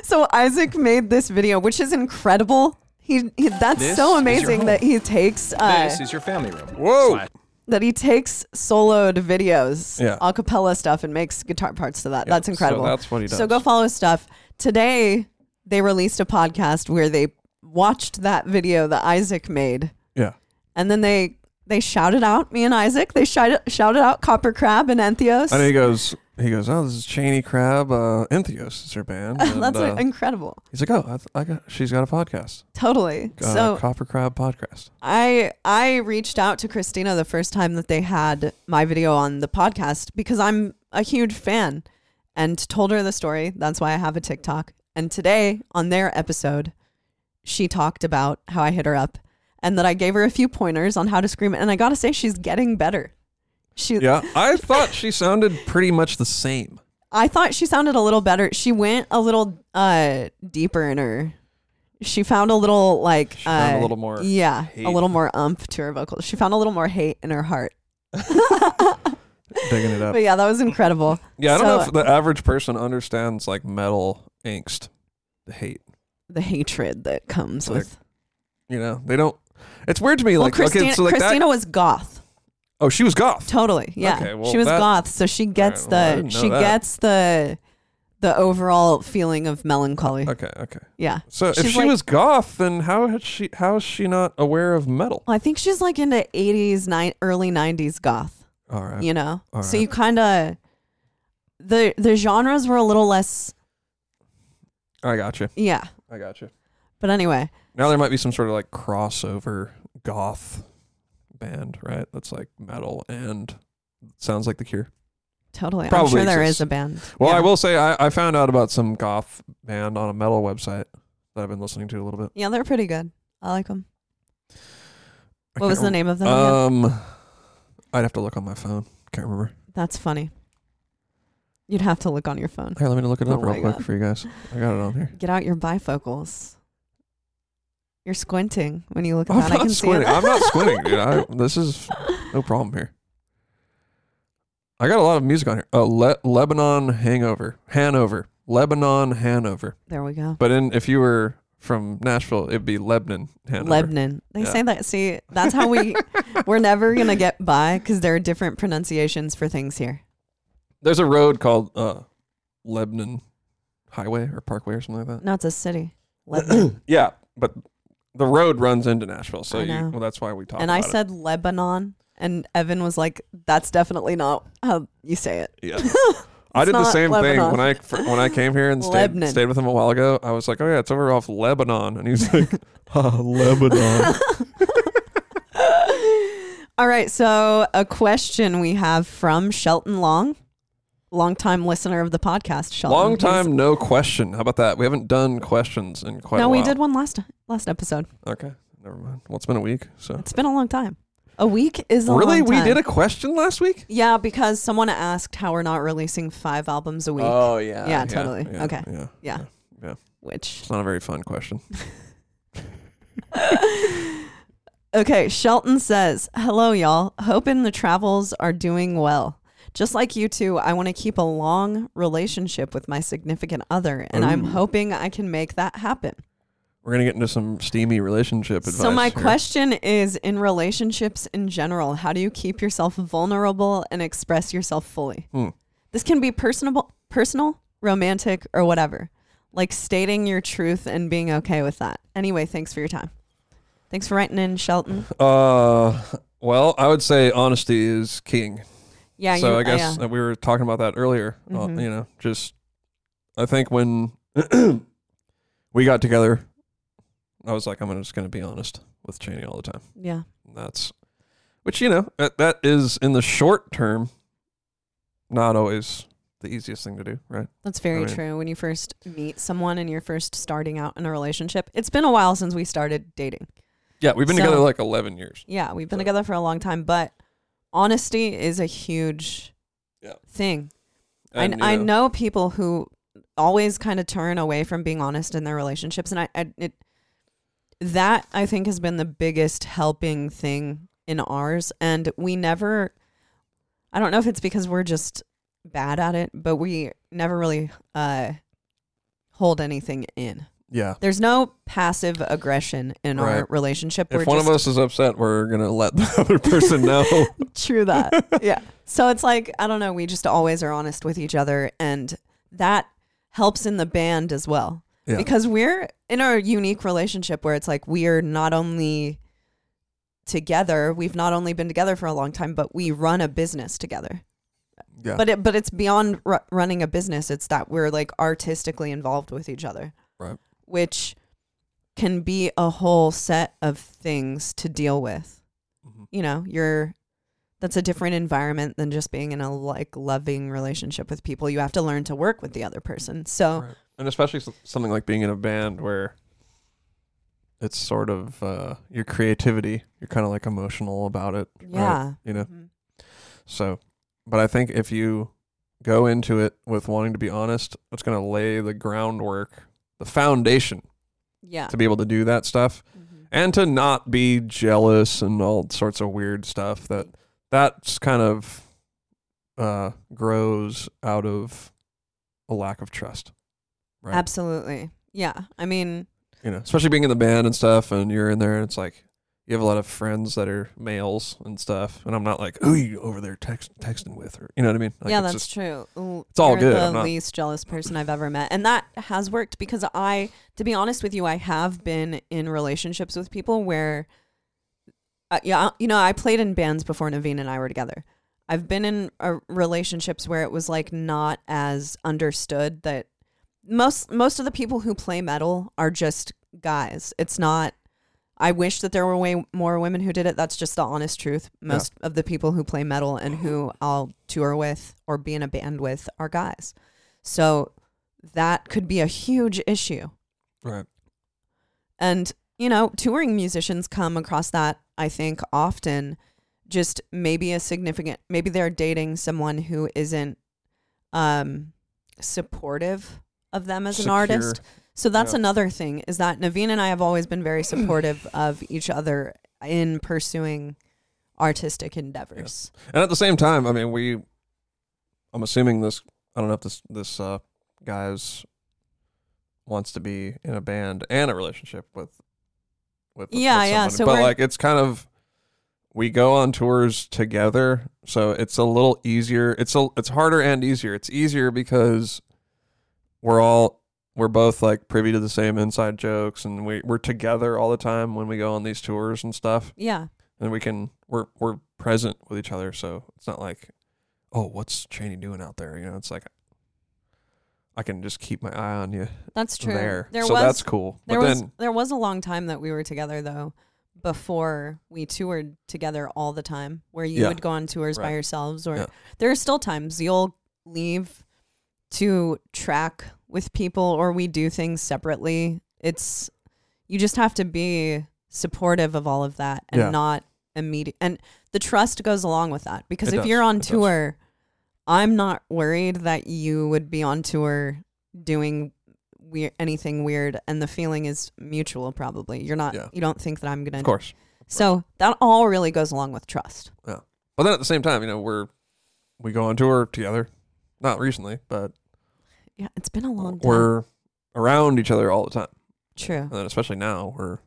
[SPEAKER 1] So Isaac made this video, which is incredible. He, he that's
[SPEAKER 5] This is
[SPEAKER 1] so
[SPEAKER 5] your
[SPEAKER 1] amazing
[SPEAKER 5] home.
[SPEAKER 1] that he takes uh,
[SPEAKER 5] This is your family room.
[SPEAKER 2] Whoa.
[SPEAKER 5] Slash-
[SPEAKER 1] that he takes soloed videos,
[SPEAKER 2] Yeah.
[SPEAKER 1] a cappella stuff, and makes guitar parts to that. that's
[SPEAKER 2] so
[SPEAKER 1] incredible.
[SPEAKER 2] that's what he
[SPEAKER 1] So
[SPEAKER 2] does.
[SPEAKER 1] go follow his stuff. Today they released a podcast where they watched that video that Isaac made,
[SPEAKER 2] Yeah.
[SPEAKER 1] and then they they shouted out me and Isaac. They shouted shouted out Copper Crab and Entheos. [laughs]
[SPEAKER 2] And he goes, he goes, oh, this is Cheney Crab. Uh, Entheos is her band. And,
[SPEAKER 1] [laughs] that's
[SPEAKER 2] uh,
[SPEAKER 1] incredible.
[SPEAKER 2] he's like, oh, I, th- I got, she's got a podcast,
[SPEAKER 1] Totally.
[SPEAKER 2] uh,
[SPEAKER 1] so
[SPEAKER 2] Copper Crab podcast.
[SPEAKER 1] I I reached out to Christina the first time that they had my video on the podcast because I'm a huge fan and told her the story. That's why I have a TikTok. And today on their episode, she talked about how I hit her up and that I gave her a few pointers on how to scream. And I gotta say, she's getting better. She
[SPEAKER 2] Yeah, I thought she sounded pretty much the same.
[SPEAKER 1] I thought she sounded a little better. She went a little uh deeper in her. She found a little like
[SPEAKER 2] She found a
[SPEAKER 1] uh,
[SPEAKER 2] little more
[SPEAKER 1] yeah,
[SPEAKER 2] hate.
[SPEAKER 1] a little more umph to her vocals. She found a little more hate in her
[SPEAKER 2] [laughs]
[SPEAKER 1] heart.
[SPEAKER 2] digging it up.
[SPEAKER 1] But yeah, that was incredible.
[SPEAKER 2] Yeah, I don't know
[SPEAKER 1] So-
[SPEAKER 2] if the average person understands like metal angst, the hate.
[SPEAKER 1] The hatred that comes
[SPEAKER 2] Like,
[SPEAKER 1] with.
[SPEAKER 2] You know, they don't. It's weird to me.
[SPEAKER 1] Well,
[SPEAKER 2] like,
[SPEAKER 1] Christina,
[SPEAKER 2] okay, so like
[SPEAKER 1] Christina
[SPEAKER 2] that.
[SPEAKER 1] was goth.
[SPEAKER 2] Oh, she was goth.
[SPEAKER 1] Totally. Yeah.
[SPEAKER 2] Okay, well,
[SPEAKER 1] she was
[SPEAKER 2] that-
[SPEAKER 1] goth, so she gets
[SPEAKER 2] Alright, well, I
[SPEAKER 1] the
[SPEAKER 2] didn't know
[SPEAKER 1] she
[SPEAKER 2] that.
[SPEAKER 1] gets the the overall feeling of melancholy.
[SPEAKER 2] Okay, okay.
[SPEAKER 1] Yeah.
[SPEAKER 2] So if
[SPEAKER 1] She's
[SPEAKER 2] she
[SPEAKER 1] like-
[SPEAKER 2] was goth, then how had she? How is she not aware of metal?
[SPEAKER 1] Well, I think she's like into 80s, ni- early 90s goth.
[SPEAKER 2] Uh, All right.
[SPEAKER 1] you know so
[SPEAKER 2] Alright.
[SPEAKER 1] you kind of the the genres were a little less
[SPEAKER 2] I got you.
[SPEAKER 1] yeah
[SPEAKER 2] I got you.
[SPEAKER 1] but anyway
[SPEAKER 2] Now there might be some sort of like crossover goth band, right? That's like metal and sounds like the Cure.
[SPEAKER 1] totally i'm
[SPEAKER 2] Probably
[SPEAKER 1] sure there
[SPEAKER 2] exists.
[SPEAKER 1] is a band
[SPEAKER 2] Well,
[SPEAKER 1] yeah.
[SPEAKER 2] I will say I, I found out about some goth band on a metal website that I've been listening to a little bit.
[SPEAKER 1] yeah they're pretty good i like them
[SPEAKER 2] I
[SPEAKER 1] what
[SPEAKER 2] can't
[SPEAKER 1] was the
[SPEAKER 2] rem-
[SPEAKER 1] name of them again?
[SPEAKER 2] Um, I'd have to look on my phone. Can't remember.
[SPEAKER 1] that's funny you'd have to look on your phone
[SPEAKER 2] Here, let me look it up
[SPEAKER 1] Oh
[SPEAKER 2] real
[SPEAKER 1] my
[SPEAKER 2] quick
[SPEAKER 1] God.
[SPEAKER 2] for you guys. I got it
[SPEAKER 1] [laughs]
[SPEAKER 2] on here.
[SPEAKER 1] get out your bifocals you're squinting when you look at
[SPEAKER 2] Oh, I'm
[SPEAKER 1] that i
[SPEAKER 2] not
[SPEAKER 1] can
[SPEAKER 2] squinting.
[SPEAKER 1] see it [laughs]
[SPEAKER 2] I'm not squinting, dude. I- this is No problem here. I got a lot of music on here. Oh, Le- Lebanon Hangover, Hanover, Lebanon Hanover.
[SPEAKER 1] there we go
[SPEAKER 2] But in if you were from Nashville, it'd be Lebanon Hanover.
[SPEAKER 1] Lebanon. They
[SPEAKER 2] Yeah.
[SPEAKER 1] say that. See, that's how
[SPEAKER 2] [laughs]
[SPEAKER 1] we we're never gonna get by because there are different pronunciations for things here.
[SPEAKER 2] There's a road called uh, Lebanon Highway or Parkway or something like that.
[SPEAKER 1] No, it's a
[SPEAKER 2] [clears throat]
[SPEAKER 1] city. Lebanon.
[SPEAKER 2] Yeah, but the road runs into Nashville, so
[SPEAKER 1] I
[SPEAKER 2] you,
[SPEAKER 1] know.
[SPEAKER 2] well, that's why we talk.
[SPEAKER 1] and
[SPEAKER 2] about
[SPEAKER 1] I
[SPEAKER 2] it.
[SPEAKER 1] said Lebanon, and Evan was like, "That's definitely not how you say it." [laughs]
[SPEAKER 2] Yeah. I did the
[SPEAKER 1] not
[SPEAKER 2] same
[SPEAKER 1] Lebanon.
[SPEAKER 2] thing when I fir- when I came here and stayed,
[SPEAKER 1] Lebanon.
[SPEAKER 2] stayed with him a while ago. I was like, "Oh yeah, it's over off Lebanon," and
[SPEAKER 1] [laughs]
[SPEAKER 2] he's like, "Ah, "Lebanon."
[SPEAKER 1] All right, so a question we have from Shelton Long, longtime listener of the podcast. Shelton,
[SPEAKER 2] Long
[SPEAKER 1] He's-
[SPEAKER 2] time no question. How about that? We haven't done questions in quite.
[SPEAKER 1] No,
[SPEAKER 2] a
[SPEAKER 1] we
[SPEAKER 2] while.
[SPEAKER 1] did one last last episode.
[SPEAKER 2] Okay, never mind. Well, it's been a week, so
[SPEAKER 1] It's been a long time. A week is a
[SPEAKER 2] really,
[SPEAKER 1] long
[SPEAKER 2] we
[SPEAKER 1] time.
[SPEAKER 2] did a question last week.
[SPEAKER 1] yeah because someone asked how we're not releasing five albums a week.
[SPEAKER 2] Oh.
[SPEAKER 5] Oh,
[SPEAKER 2] yeah,
[SPEAKER 1] Yeah, totally. Okay.
[SPEAKER 2] yeah,
[SPEAKER 1] yeah,
[SPEAKER 2] yeah.
[SPEAKER 1] which
[SPEAKER 2] it's not a very fun question.
[SPEAKER 1] Okay, Shelton says, Hello, y'all. Hoping the travels are doing well. Just like you two, I want to keep a long relationship with my significant other, and I'm
[SPEAKER 2] Ooh.
[SPEAKER 1] hoping I can make that happen.
[SPEAKER 2] We're gonna get into some steamy relationship advice.
[SPEAKER 1] so, my
[SPEAKER 2] here.
[SPEAKER 1] question is in relationships in general, how do you keep yourself vulnerable and express yourself fully?
[SPEAKER 2] Hmm.
[SPEAKER 1] This can be personable, personal, romantic, or whatever, like stating your truth and being okay with that. Anyway, thanks for your time. Thanks for writing in, Shelton.
[SPEAKER 2] Uh, well, I would say honesty is king.
[SPEAKER 1] Yeah,
[SPEAKER 2] so
[SPEAKER 1] you, uh,
[SPEAKER 2] I
[SPEAKER 1] yeah.
[SPEAKER 2] guess that we were talking about that earlier. uh,
[SPEAKER 1] Mhm.
[SPEAKER 2] you know, just I think when [clears throat] we got together, I was like, I'm gonna- just going to be honest with Cheney all the time.
[SPEAKER 1] yeah.
[SPEAKER 2] And that's which you know that, that is in the short term, not always the easiest thing to do, right?
[SPEAKER 1] That's very
[SPEAKER 2] I mean-
[SPEAKER 1] true. When you first meet someone and you're first starting out in a relationship, it's been a while since we started dating.
[SPEAKER 2] Yeah, we've been
[SPEAKER 1] So-
[SPEAKER 2] together like 11 years.
[SPEAKER 1] Yeah, we've been
[SPEAKER 2] So-
[SPEAKER 1] together for a long time, but honesty is a huge
[SPEAKER 2] Yeah.
[SPEAKER 1] thing.
[SPEAKER 2] And, you
[SPEAKER 1] I, I know people who always kind of turn away from being honest in their relationships, and I, I it that I think has been the biggest helping thing in ours, and we never. I don't know if it's because we're just bad at it, but we never really uh, hold anything in.
[SPEAKER 2] Yeah.
[SPEAKER 1] There's no passive aggression in our
[SPEAKER 2] Right.
[SPEAKER 1] relationship.
[SPEAKER 2] If one
[SPEAKER 1] just
[SPEAKER 2] of us is upset, we're going to let the [laughs] other person know.
[SPEAKER 1] True
[SPEAKER 2] [laughs]
[SPEAKER 1] that. yeah. So it's like, I don't know, we just always are honest with each other and that helps in the band as well.
[SPEAKER 2] Yeah.
[SPEAKER 1] Because we're in our unique relationship where it's like we are not only together, we've not only been together for a long time, but we run a business together.
[SPEAKER 2] yeah.
[SPEAKER 1] But it but it's beyond ru- running a business. It's that we're like artistically involved with each other.
[SPEAKER 2] Right.
[SPEAKER 1] Which can be a whole set of things to deal with
[SPEAKER 2] Mhm.
[SPEAKER 1] you know you're that's a different environment than just being in a like loving relationship with people you have to learn to work with the other person so
[SPEAKER 2] Right. And especially s- something like being in a band where it's sort of uh, your creativity, you're kind of like emotional about it. right?
[SPEAKER 1] yeah
[SPEAKER 2] You know?
[SPEAKER 1] Mhm.
[SPEAKER 2] So, but I think if you go into it with wanting to be honest, it's going to lay the groundwork, the foundation
[SPEAKER 1] yeah
[SPEAKER 2] to be able to do that stuff
[SPEAKER 1] Mhm.
[SPEAKER 2] and to not be jealous and all sorts of weird stuff that that's kind of uh, grows out of a lack of trust. Right.
[SPEAKER 1] absolutely yeah i mean
[SPEAKER 2] You know, especially being in the band and stuff, and you're in there, and it's like you have a lot of friends that are males and stuff, and I'm not like, who you over there text, texting with, or you know what I mean? Like,
[SPEAKER 1] yeah
[SPEAKER 2] it's
[SPEAKER 1] that's
[SPEAKER 2] just-
[SPEAKER 1] true L-
[SPEAKER 2] it's all
[SPEAKER 1] you're
[SPEAKER 2] good,
[SPEAKER 1] the
[SPEAKER 2] I'm not-
[SPEAKER 1] least jealous person i've ever met and that has worked because i to be honest with you i have been in relationships with people where uh, yeah you know i played in bands before naveen and i were together I've been in uh, relationships where it was like not as understood that most most of the people who play metal are just guys. It's not. I wish that there were way more women who did it. That's just the honest truth. Most of the people who play metal and who I'll tour with or be in a band with are guys. So that could be a huge issue.
[SPEAKER 2] right.
[SPEAKER 1] And, you know, touring musicians come across that, I think, often just maybe a significant, maybe they're dating someone who isn't um, supportive of them as
[SPEAKER 2] Secure.
[SPEAKER 1] an artist. So that's
[SPEAKER 2] Yeah.
[SPEAKER 1] another thing is that Naveen and I have always been
[SPEAKER 2] [clears throat]
[SPEAKER 1] very supportive of each other in pursuing artistic endeavors.
[SPEAKER 2] And at the same time, I mean, we, I'm assuming this, I don't know if this, this, uh, guy's wants to be in a band and a relationship with, with, with
[SPEAKER 1] Yeah, yeah,
[SPEAKER 2] somebody.
[SPEAKER 1] so
[SPEAKER 2] but
[SPEAKER 1] we're-
[SPEAKER 2] like, it's kind of, we go on tours together. So it's a little easier. It's a, it's harder and easier. It's easier because we're all, we're both like privy to the same inside jokes and we, we're together all the time when we go on these tours and stuff
[SPEAKER 1] Yeah.
[SPEAKER 2] and we can we're we're present with each other so it's not like oh what's Cheney doing out there you know it's like I can just keep my eye on you
[SPEAKER 1] That's true.
[SPEAKER 2] there,
[SPEAKER 1] There
[SPEAKER 2] so
[SPEAKER 1] was
[SPEAKER 2] that's cool
[SPEAKER 1] There
[SPEAKER 2] but
[SPEAKER 1] was
[SPEAKER 2] then
[SPEAKER 1] there was a long time that we were together though before we toured together all the time where you
[SPEAKER 2] Yeah.
[SPEAKER 1] would go on tours by
[SPEAKER 2] Right.
[SPEAKER 1] yourselves or
[SPEAKER 2] Yeah.
[SPEAKER 1] there are still times you'll leave to track with people or we do things separately it's you just have to be supportive of all of that and
[SPEAKER 2] Yeah.
[SPEAKER 1] not immediate and the trust goes along with that because
[SPEAKER 2] It
[SPEAKER 1] if
[SPEAKER 2] does.
[SPEAKER 1] you're on
[SPEAKER 2] It does.
[SPEAKER 1] tour i'm not worried that you would be on tour doing weir- anything weird and the feeling is mutual probably you're not
[SPEAKER 2] Yeah.
[SPEAKER 1] you don't think that i'm gonna
[SPEAKER 2] of course
[SPEAKER 1] so that all really goes along with trust
[SPEAKER 2] but then at the same time you know we're we go on tour together not recently but
[SPEAKER 1] yeah it's been a long time
[SPEAKER 2] we're around each other all the time
[SPEAKER 1] true
[SPEAKER 2] and then especially now we're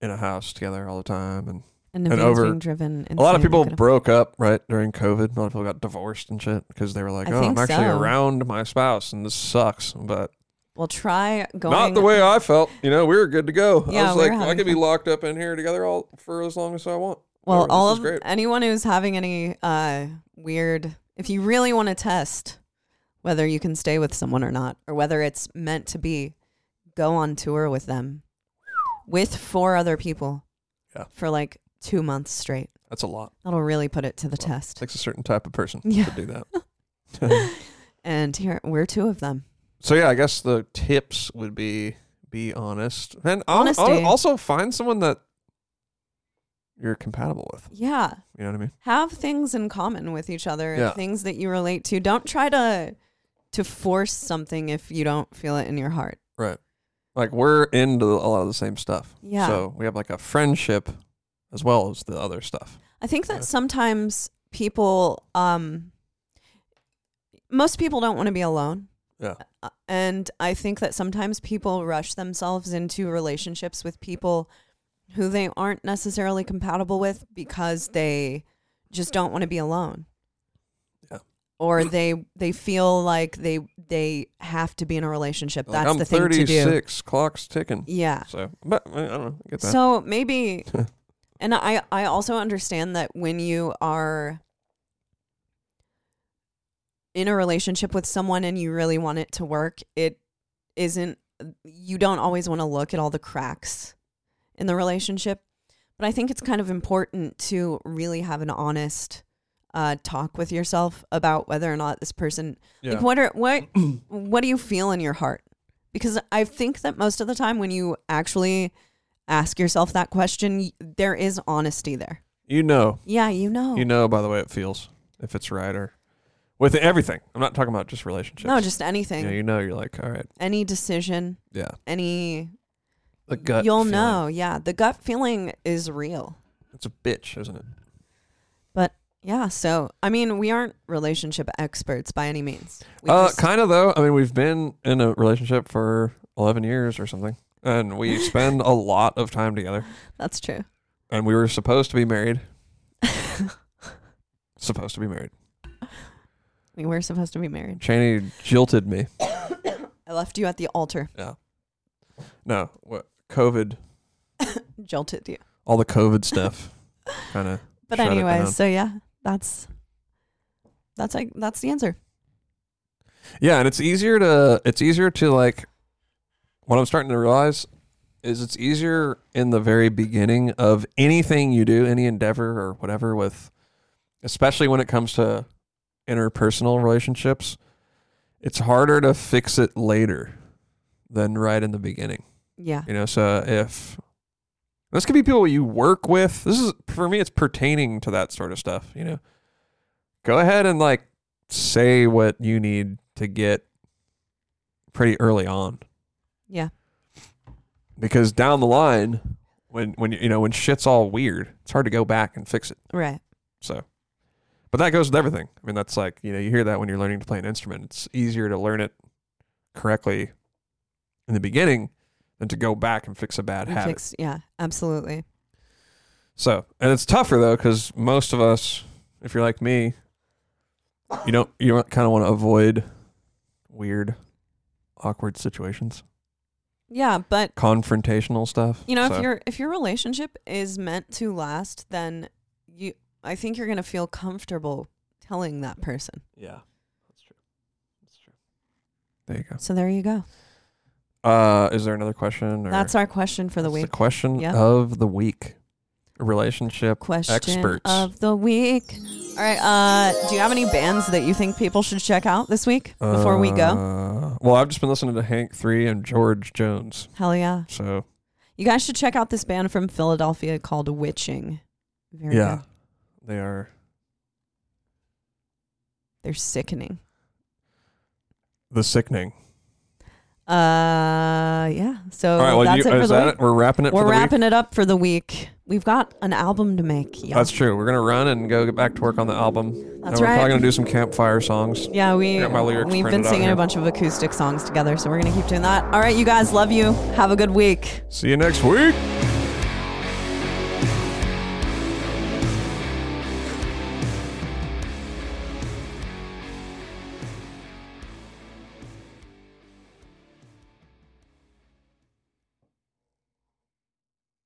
[SPEAKER 2] in a house together all the time and
[SPEAKER 1] and,
[SPEAKER 2] and
[SPEAKER 1] Naveen's
[SPEAKER 2] over-
[SPEAKER 1] being driven
[SPEAKER 2] a lot of
[SPEAKER 1] insane.
[SPEAKER 2] people
[SPEAKER 1] Look at him.
[SPEAKER 2] broke up right during COVID. A lot of people got divorced and shit because they were like,
[SPEAKER 1] I
[SPEAKER 2] "Oh, I'm
[SPEAKER 1] think
[SPEAKER 2] actually
[SPEAKER 1] so.
[SPEAKER 2] around my spouse, and this sucks." But
[SPEAKER 1] Well, try going.
[SPEAKER 2] not the way I felt. You know, we were good to go.
[SPEAKER 1] Yeah,
[SPEAKER 2] I was
[SPEAKER 1] we were
[SPEAKER 2] like, I
[SPEAKER 1] having
[SPEAKER 2] could be
[SPEAKER 1] fun.
[SPEAKER 2] locked up in here together all for as long as I want.
[SPEAKER 1] Well,
[SPEAKER 2] Whatever,
[SPEAKER 1] all
[SPEAKER 2] this
[SPEAKER 1] of
[SPEAKER 2] is great.
[SPEAKER 1] anyone who's having any uh, weird, if you really want to test whether you can stay with someone or not, or whether it's meant to be, go on tour with them, with four other people,
[SPEAKER 2] Yeah.
[SPEAKER 1] for like two months straight.
[SPEAKER 2] That's a lot.
[SPEAKER 1] That'll really put it to the
[SPEAKER 2] Well,
[SPEAKER 1] test.
[SPEAKER 2] takes a certain type of person
[SPEAKER 1] [laughs] Yeah.
[SPEAKER 2] to do that. [laughs]
[SPEAKER 1] And here we're two of them.
[SPEAKER 2] so yeah, I guess the tips would be Be honest, and al- al-
[SPEAKER 1] Honesty.
[SPEAKER 2] also find someone that you're compatible with.
[SPEAKER 1] Yeah.
[SPEAKER 2] You know what I mean?
[SPEAKER 1] Have things in common with each other,
[SPEAKER 2] Yeah.
[SPEAKER 1] things that you relate to. Don't try to to force something if you don't feel it in your heart.
[SPEAKER 2] Right. Like we're into a lot of the same stuff.
[SPEAKER 1] Yeah.
[SPEAKER 2] So we have like a friendship as well as the other stuff.
[SPEAKER 1] I think
[SPEAKER 2] Yeah.
[SPEAKER 1] that sometimes people, um, most people don't want to be alone.
[SPEAKER 2] Yeah.
[SPEAKER 1] Uh, And I think that sometimes people rush themselves into relationships with people who they aren't necessarily compatible with because they just don't want to be alone.
[SPEAKER 2] Yeah.
[SPEAKER 1] Or they they feel like they they have to be in a relationship.
[SPEAKER 2] Like,
[SPEAKER 1] That's
[SPEAKER 2] I'm
[SPEAKER 1] the thing to do.
[SPEAKER 2] 36, clock's ticking.
[SPEAKER 1] Yeah.
[SPEAKER 2] So, but I don't know. I get that.
[SPEAKER 1] So maybe, and I I also understand that when you are in a relationship with someone and you really want it to work, it isn't. You don't always want to look at all the cracks in the relationship, but I think it's kind of important to really have an honest uh, talk with yourself about whether or not this person
[SPEAKER 2] yeah.
[SPEAKER 1] like what are what [clears throat] what do you feel in your heart? Because I think that most of the time when you actually ask yourself that question, y- there is honesty there.
[SPEAKER 2] you know,
[SPEAKER 1] Yeah, you know.
[SPEAKER 2] you know by the way it feels if it's right or with everything. I'm not talking about just relationships.
[SPEAKER 1] No, just anything.
[SPEAKER 2] Yeah, you know, you're like, all right,
[SPEAKER 1] any decision,
[SPEAKER 2] yeah.
[SPEAKER 1] any
[SPEAKER 2] The gut.
[SPEAKER 1] you'll
[SPEAKER 2] feeling.
[SPEAKER 1] know. Yeah, the gut feeling is real.
[SPEAKER 2] It's a bitch, isn't it?
[SPEAKER 1] But yeah, so I mean, we aren't relationship experts by any means. We
[SPEAKER 2] Uh,
[SPEAKER 1] just-
[SPEAKER 2] kind of though. I mean, we've been in a relationship for 11 years or something, and we spend a lot of time together.
[SPEAKER 1] that's true. [laughs]
[SPEAKER 2] and we were supposed to be married. supposed to be married.
[SPEAKER 1] We were supposed to be married.
[SPEAKER 2] Cheney jilted me.
[SPEAKER 1] I left you at the altar,
[SPEAKER 2] No, what COVID,
[SPEAKER 1] jolted you.
[SPEAKER 2] all the COVID stuff, kind of.
[SPEAKER 1] But
[SPEAKER 2] Shut it
[SPEAKER 1] anyway,
[SPEAKER 2] down.
[SPEAKER 1] so yeah, that's that's like that's the answer.
[SPEAKER 2] Yeah, and it's easier to it's easier to like. What I'm starting to realize is it's easier in the very beginning of anything you do, any endeavor or whatever, with especially when it comes to interpersonal relationships. It's harder to fix it later than right in the beginning.
[SPEAKER 1] Yeah.
[SPEAKER 2] You know, so if this could be people you work with, this is for me, it's pertaining to that sort of stuff. You know, go ahead and like say what you need to get pretty early on
[SPEAKER 1] Yeah.
[SPEAKER 2] because down the line, when when you know when shit's all weird, it's hard to go back and fix it.
[SPEAKER 1] Right.
[SPEAKER 2] So, but that goes with everything. I mean, that's like, you know, you hear that when you're learning to play an instrument. It's easier to learn it correctly in the beginning than to go back and fix a bad
[SPEAKER 1] You
[SPEAKER 2] habit.
[SPEAKER 1] fix- yeah, absolutely.
[SPEAKER 2] so, and it's tougher though, because most of us, if you're like me, you don't, you kind of want to avoid weird, awkward situations,
[SPEAKER 1] Yeah, but
[SPEAKER 2] confrontational stuff.
[SPEAKER 1] you know,
[SPEAKER 2] So,
[SPEAKER 1] if your if your relationship is meant to last, then you I think you're gonna feel comfortable telling that person.
[SPEAKER 2] yeah, that's true. That's true. There you
[SPEAKER 1] So there you go.
[SPEAKER 2] go. Uh, is there another question? Or?
[SPEAKER 1] That's our question for the
[SPEAKER 2] That's
[SPEAKER 1] week.
[SPEAKER 2] The question
[SPEAKER 1] Yeah.
[SPEAKER 2] of the week. Relationship
[SPEAKER 1] Question
[SPEAKER 2] experts.
[SPEAKER 1] of the week. All right. Uh, do you have any bands that you think people should check out this week before we go?
[SPEAKER 2] Uh, Well, I've just been listening to Hank 3 and George Jones.
[SPEAKER 1] Hell yeah.
[SPEAKER 2] So,
[SPEAKER 1] You guys should check out this band from Philadelphia called Witching. Very
[SPEAKER 2] yeah.
[SPEAKER 1] good.
[SPEAKER 2] They are
[SPEAKER 1] They're sickening.
[SPEAKER 2] the sickening.
[SPEAKER 1] Uh, yeah. So
[SPEAKER 2] All right, well,
[SPEAKER 1] that's
[SPEAKER 2] you,
[SPEAKER 1] it for
[SPEAKER 2] is
[SPEAKER 1] the
[SPEAKER 2] that
[SPEAKER 1] week.
[SPEAKER 2] it? We're wrapping it for
[SPEAKER 1] We're
[SPEAKER 2] the
[SPEAKER 1] wrapping it up for the week. We've got an album to make.
[SPEAKER 2] week.
[SPEAKER 1] y'all.
[SPEAKER 2] That's true. We're going to run and go get back to work on the album.
[SPEAKER 1] That's
[SPEAKER 2] and we're
[SPEAKER 1] right.
[SPEAKER 2] probably going to do some campfire songs.
[SPEAKER 1] yeah, we
[SPEAKER 2] got my lyrics
[SPEAKER 1] we've been
[SPEAKER 2] printed out
[SPEAKER 1] singing a
[SPEAKER 2] here.
[SPEAKER 1] bunch of acoustic songs together, so we're gonna keep doing that. All right, you guys, love you. Have a good week.
[SPEAKER 2] See you next week.